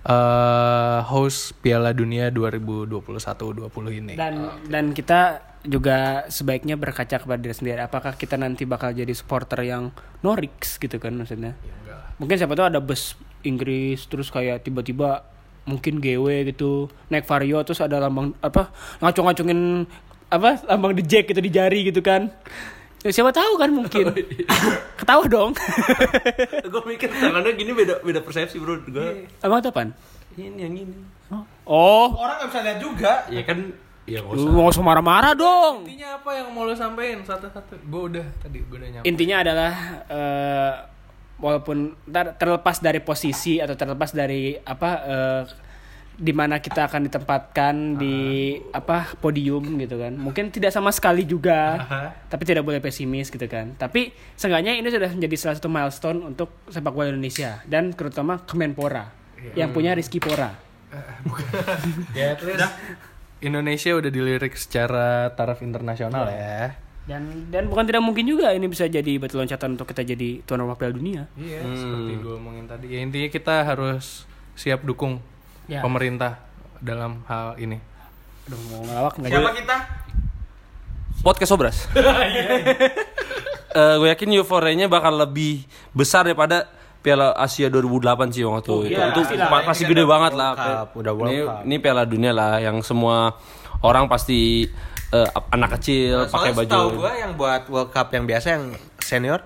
eh, host Piala Dunia 2021-20 ini. dan dan kita juga sebaiknya berkaca kepada diri sendiri apakah kita nanti bakal jadi supporter yang norix gitu kan maksudnya Ya, mungkin siapa tahu ada bus Inggris terus kayak tiba-tiba mungkin GW gitu naik vario terus ada lambang apa ngacung-ngacungin apa lambang the jack gitu di jari gitu kan Ya, siapa tahu kan mungkin ketawa dong gue Oh, iya. mikir tangannya gini beda beda persepsi bro. Gue abang itu apaan? ini yang ini. oh orang nggak bisa lihat juga Ya kan ya nggak usah. lu nggak usah marah-marah dong Iya. Intinya apa yang mau lo sampein satu-satu? Gue udah tadi gue udah nyampe. intinya adalah eh, walaupun ter- terlepas dari posisi atau terlepas dari apa eh, di mana kita akan ditempatkan di apa podium gitu kan mungkin tidak sama sekali juga tapi tidak boleh pesimis gitu kan tapi seenggaknya ini sudah menjadi salah satu milestone untuk sepak bola Indonesia dan terutama Kemenpora yang punya Rizky Pora Ya terus Indonesia udah dilirik secara taraf internasional Iya. ya. dan dan bukan tidak mungkin juga ini bisa jadi batu loncatan untuk kita jadi tuan rumah Piala Dunia Iya, seperti gue omongin tadi. Ya intinya kita harus siap dukung Ya. pemerintah dalam hal ini. Aduh, mau ngelawak nggak Siapa jadi. kita? Podcast Sobras. Eh gue yakin euforianya bakal lebih besar daripada Piala Asia 2008 sih waktu itu. iya, itu pasti pa- pasti gede banget lah. Cup, udah World ini, ini Piala Dunia lah yang semua orang pasti eh, anak kecil pakai Soalnya baju. setahu gua yang buat World Cup yang biasa yang senior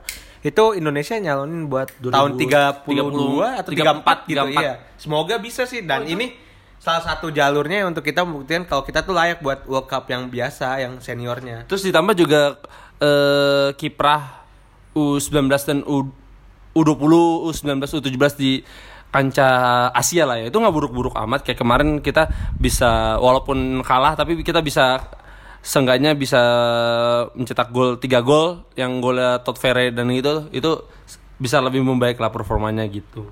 itu Indonesia nyalonin buat tahun 32 atau 34, 34. gitu iya. Semoga bisa sih dan ini salah satu jalurnya untuk kita membuktikan kalau kita tuh layak buat World Cup yang biasa yang seniornya. Terus ditambah juga eh, kiprah U19 dan U U20, U19, U17 di kancah Asia lah ya. Itu nggak buruk-buruk amat kayak kemarin kita bisa walaupun kalah tapi kita bisa seenggaknya bisa mencetak gol 3 gol yang golnya Todd Ferre dan itu itu bisa lebih membaik lah performanya gitu.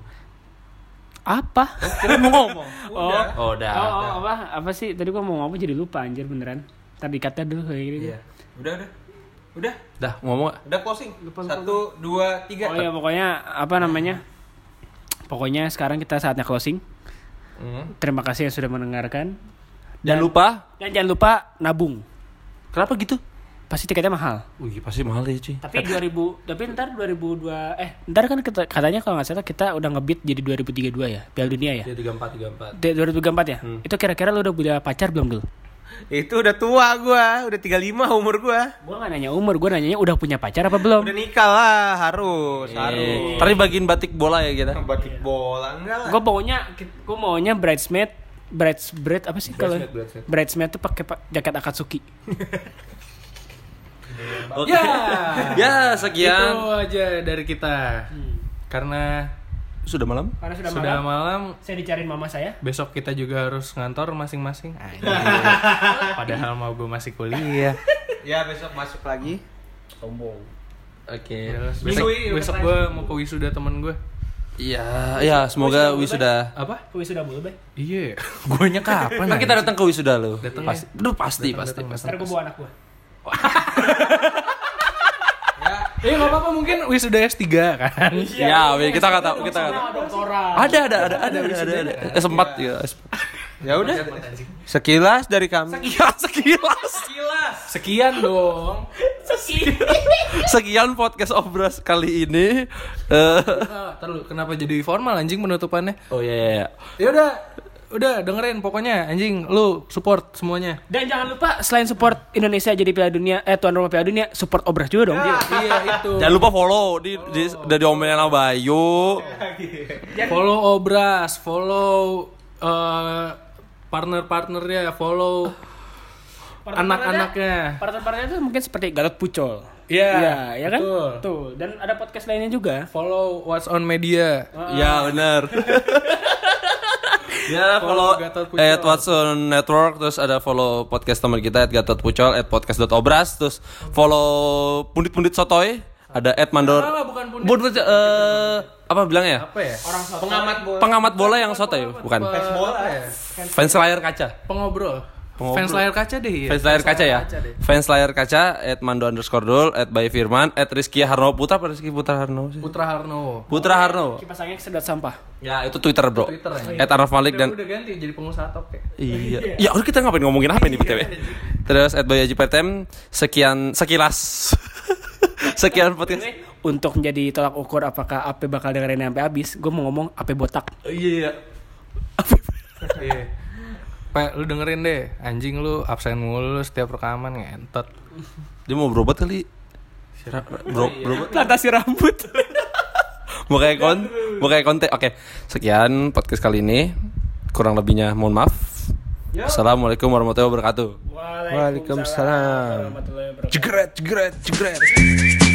apa Kira mau ngomong. Oh, Oh, udah. Oh, oh, apa apa sih tadi gua mau ngomong jadi lupa anjir beneran. Ntar dikata dulu kayak gini. Iya. Udah, udah. Udah, Dah ngomong. nggak? udah closing. Satu, dua, tiga. Oh iya pokoknya apa namanya? Pokoknya sekarang kita saatnya closing. Terima kasih yang sudah mendengarkan Jangan lupa. dan jangan lupa nabung. Kenapa gitu? Pasti tiketnya mahal. Wih, pasti mahal ya, cuy. Tapi 2000 tapi ntar 2002 eh ntar kan kita, katanya kalau nggak salah kita udah ngebit jadi 2032 ya Piala Dunia ya. 34 34. Di 2034 ya. Itu kira-kira lu udah punya pacar belum dulu? Itu udah tua gua, udah 35 umur gua. Gua nggak nanya umur, gua nanyanya udah punya pacar apa belum? Udah nikah lah, harus, harus. Taruh. Tadi bagiin batik bola ya kita. Batik bola enggak lah. gue maunya gue maunya bridesmaid brides bride apa sih kalau bridesmaid tuh pakai pa- jaket akatsuki Oke. Ya, sekian. Itu aja dari kita. Karena Sudah malam? Hmm. karena sudah, sudah malam malam, saya dicariin mama saya besok kita juga harus ngantor masing-masing. Padahal mau gue masih kuliah. Ya besok masuk lagi. Sombong. Oke. Besok, besok gue mau ke wisuda temen gue. Iya, ya semoga wisuda. Apa? Kue sudah mulu, Bay. Iya. Guanya kapan? Nah, anjing? kita datang ya? ke wisuda lo. Datang Pasti, Duh, pasti, pasti, pasti. Ntar gue bawa anak gue. Eh nggak apa-apa mungkin wisuda S3 kan. Ya, we, kita nggak tahu, kita nggak tahu. Doktoral. Ada, ada, ada, ada, ada, ada, ada. Eh, sempat ya. Ya udah. Sekilas dari kami. Sekian, sekilas. Sekian dong. Sekian podcast obras kali ini. Eh, Ah, Ntar lu, kenapa jadi formal anjing penutupannya? oh iya, iya, iya. Ya udah, udah dengerin pokoknya anjing lu support semuanya. Dan jangan lupa selain support Indonesia jadi Piala Dunia, eh tuan rumah Piala Dunia, support Obras juga dong. Ya. iya itu. Jangan lupa follow di, di udah diomelin sama Bayu. Follow Obras, follow eh, partner-partnernya, follow anak-anaknya. Partner-partnernya itu mungkin seperti Gatot Pucol. Iya, Iya, ya kan? betul. Tuh, dan ada podcast lainnya juga. Follow What's on Media. Ya benar. ya Follow follow Gatot Pucol. at Watson Network terus ada follow podcast teman kita at Gatot Pucol at podcast.obras terus follow pundit-pundit sotoy ada at mandor Apa bukan pundit? Bun- bun- eh, apa bilangnya ya? Apa ya? Orang Pengamat bola. Pengamat bola yang sotoy bukan bola ya. fans layar kaca pengobrol. Pengobrol. Iya, Fans layar kaca deh ya. fans layar kaca ya fans layar kaca at mando underscore dul at Bayu Firman at Rizky Harno Putra apa Rizky Putra Harno sih? Putra Harnowo. Putra Harno Kipas angin sedot sampah. ya itu Twitter bro Twitter, at ya. Araf Malik dan Udah ganti jadi pengusaha tokek. Iya. Ya udah kita ngapain ngomongin apa nih BTW? Terus at Bayu Haji Pertem sekian sekilas. sekian podcast. Untuk menjadi tolak ukur apakah AP bakal dengerin sampai habis, gue mau ngomong AP botak. Iya. Iya. Pak, lu dengerin deh, anjing lu absen mulu setiap rekaman ngentot. Dia mau berobat kali. Bro, berobat. Plantasi rambut. Mau kayak kon, mau kayak konten. Oke, sekian podcast kali ini. Kurang lebihnya mohon maaf. Ya. Assalamualaikum warahmatullahi wabarakatuh. Waalaikumsalam. warahmatullahi wabarakatuh. Jegret, jegret, jegret.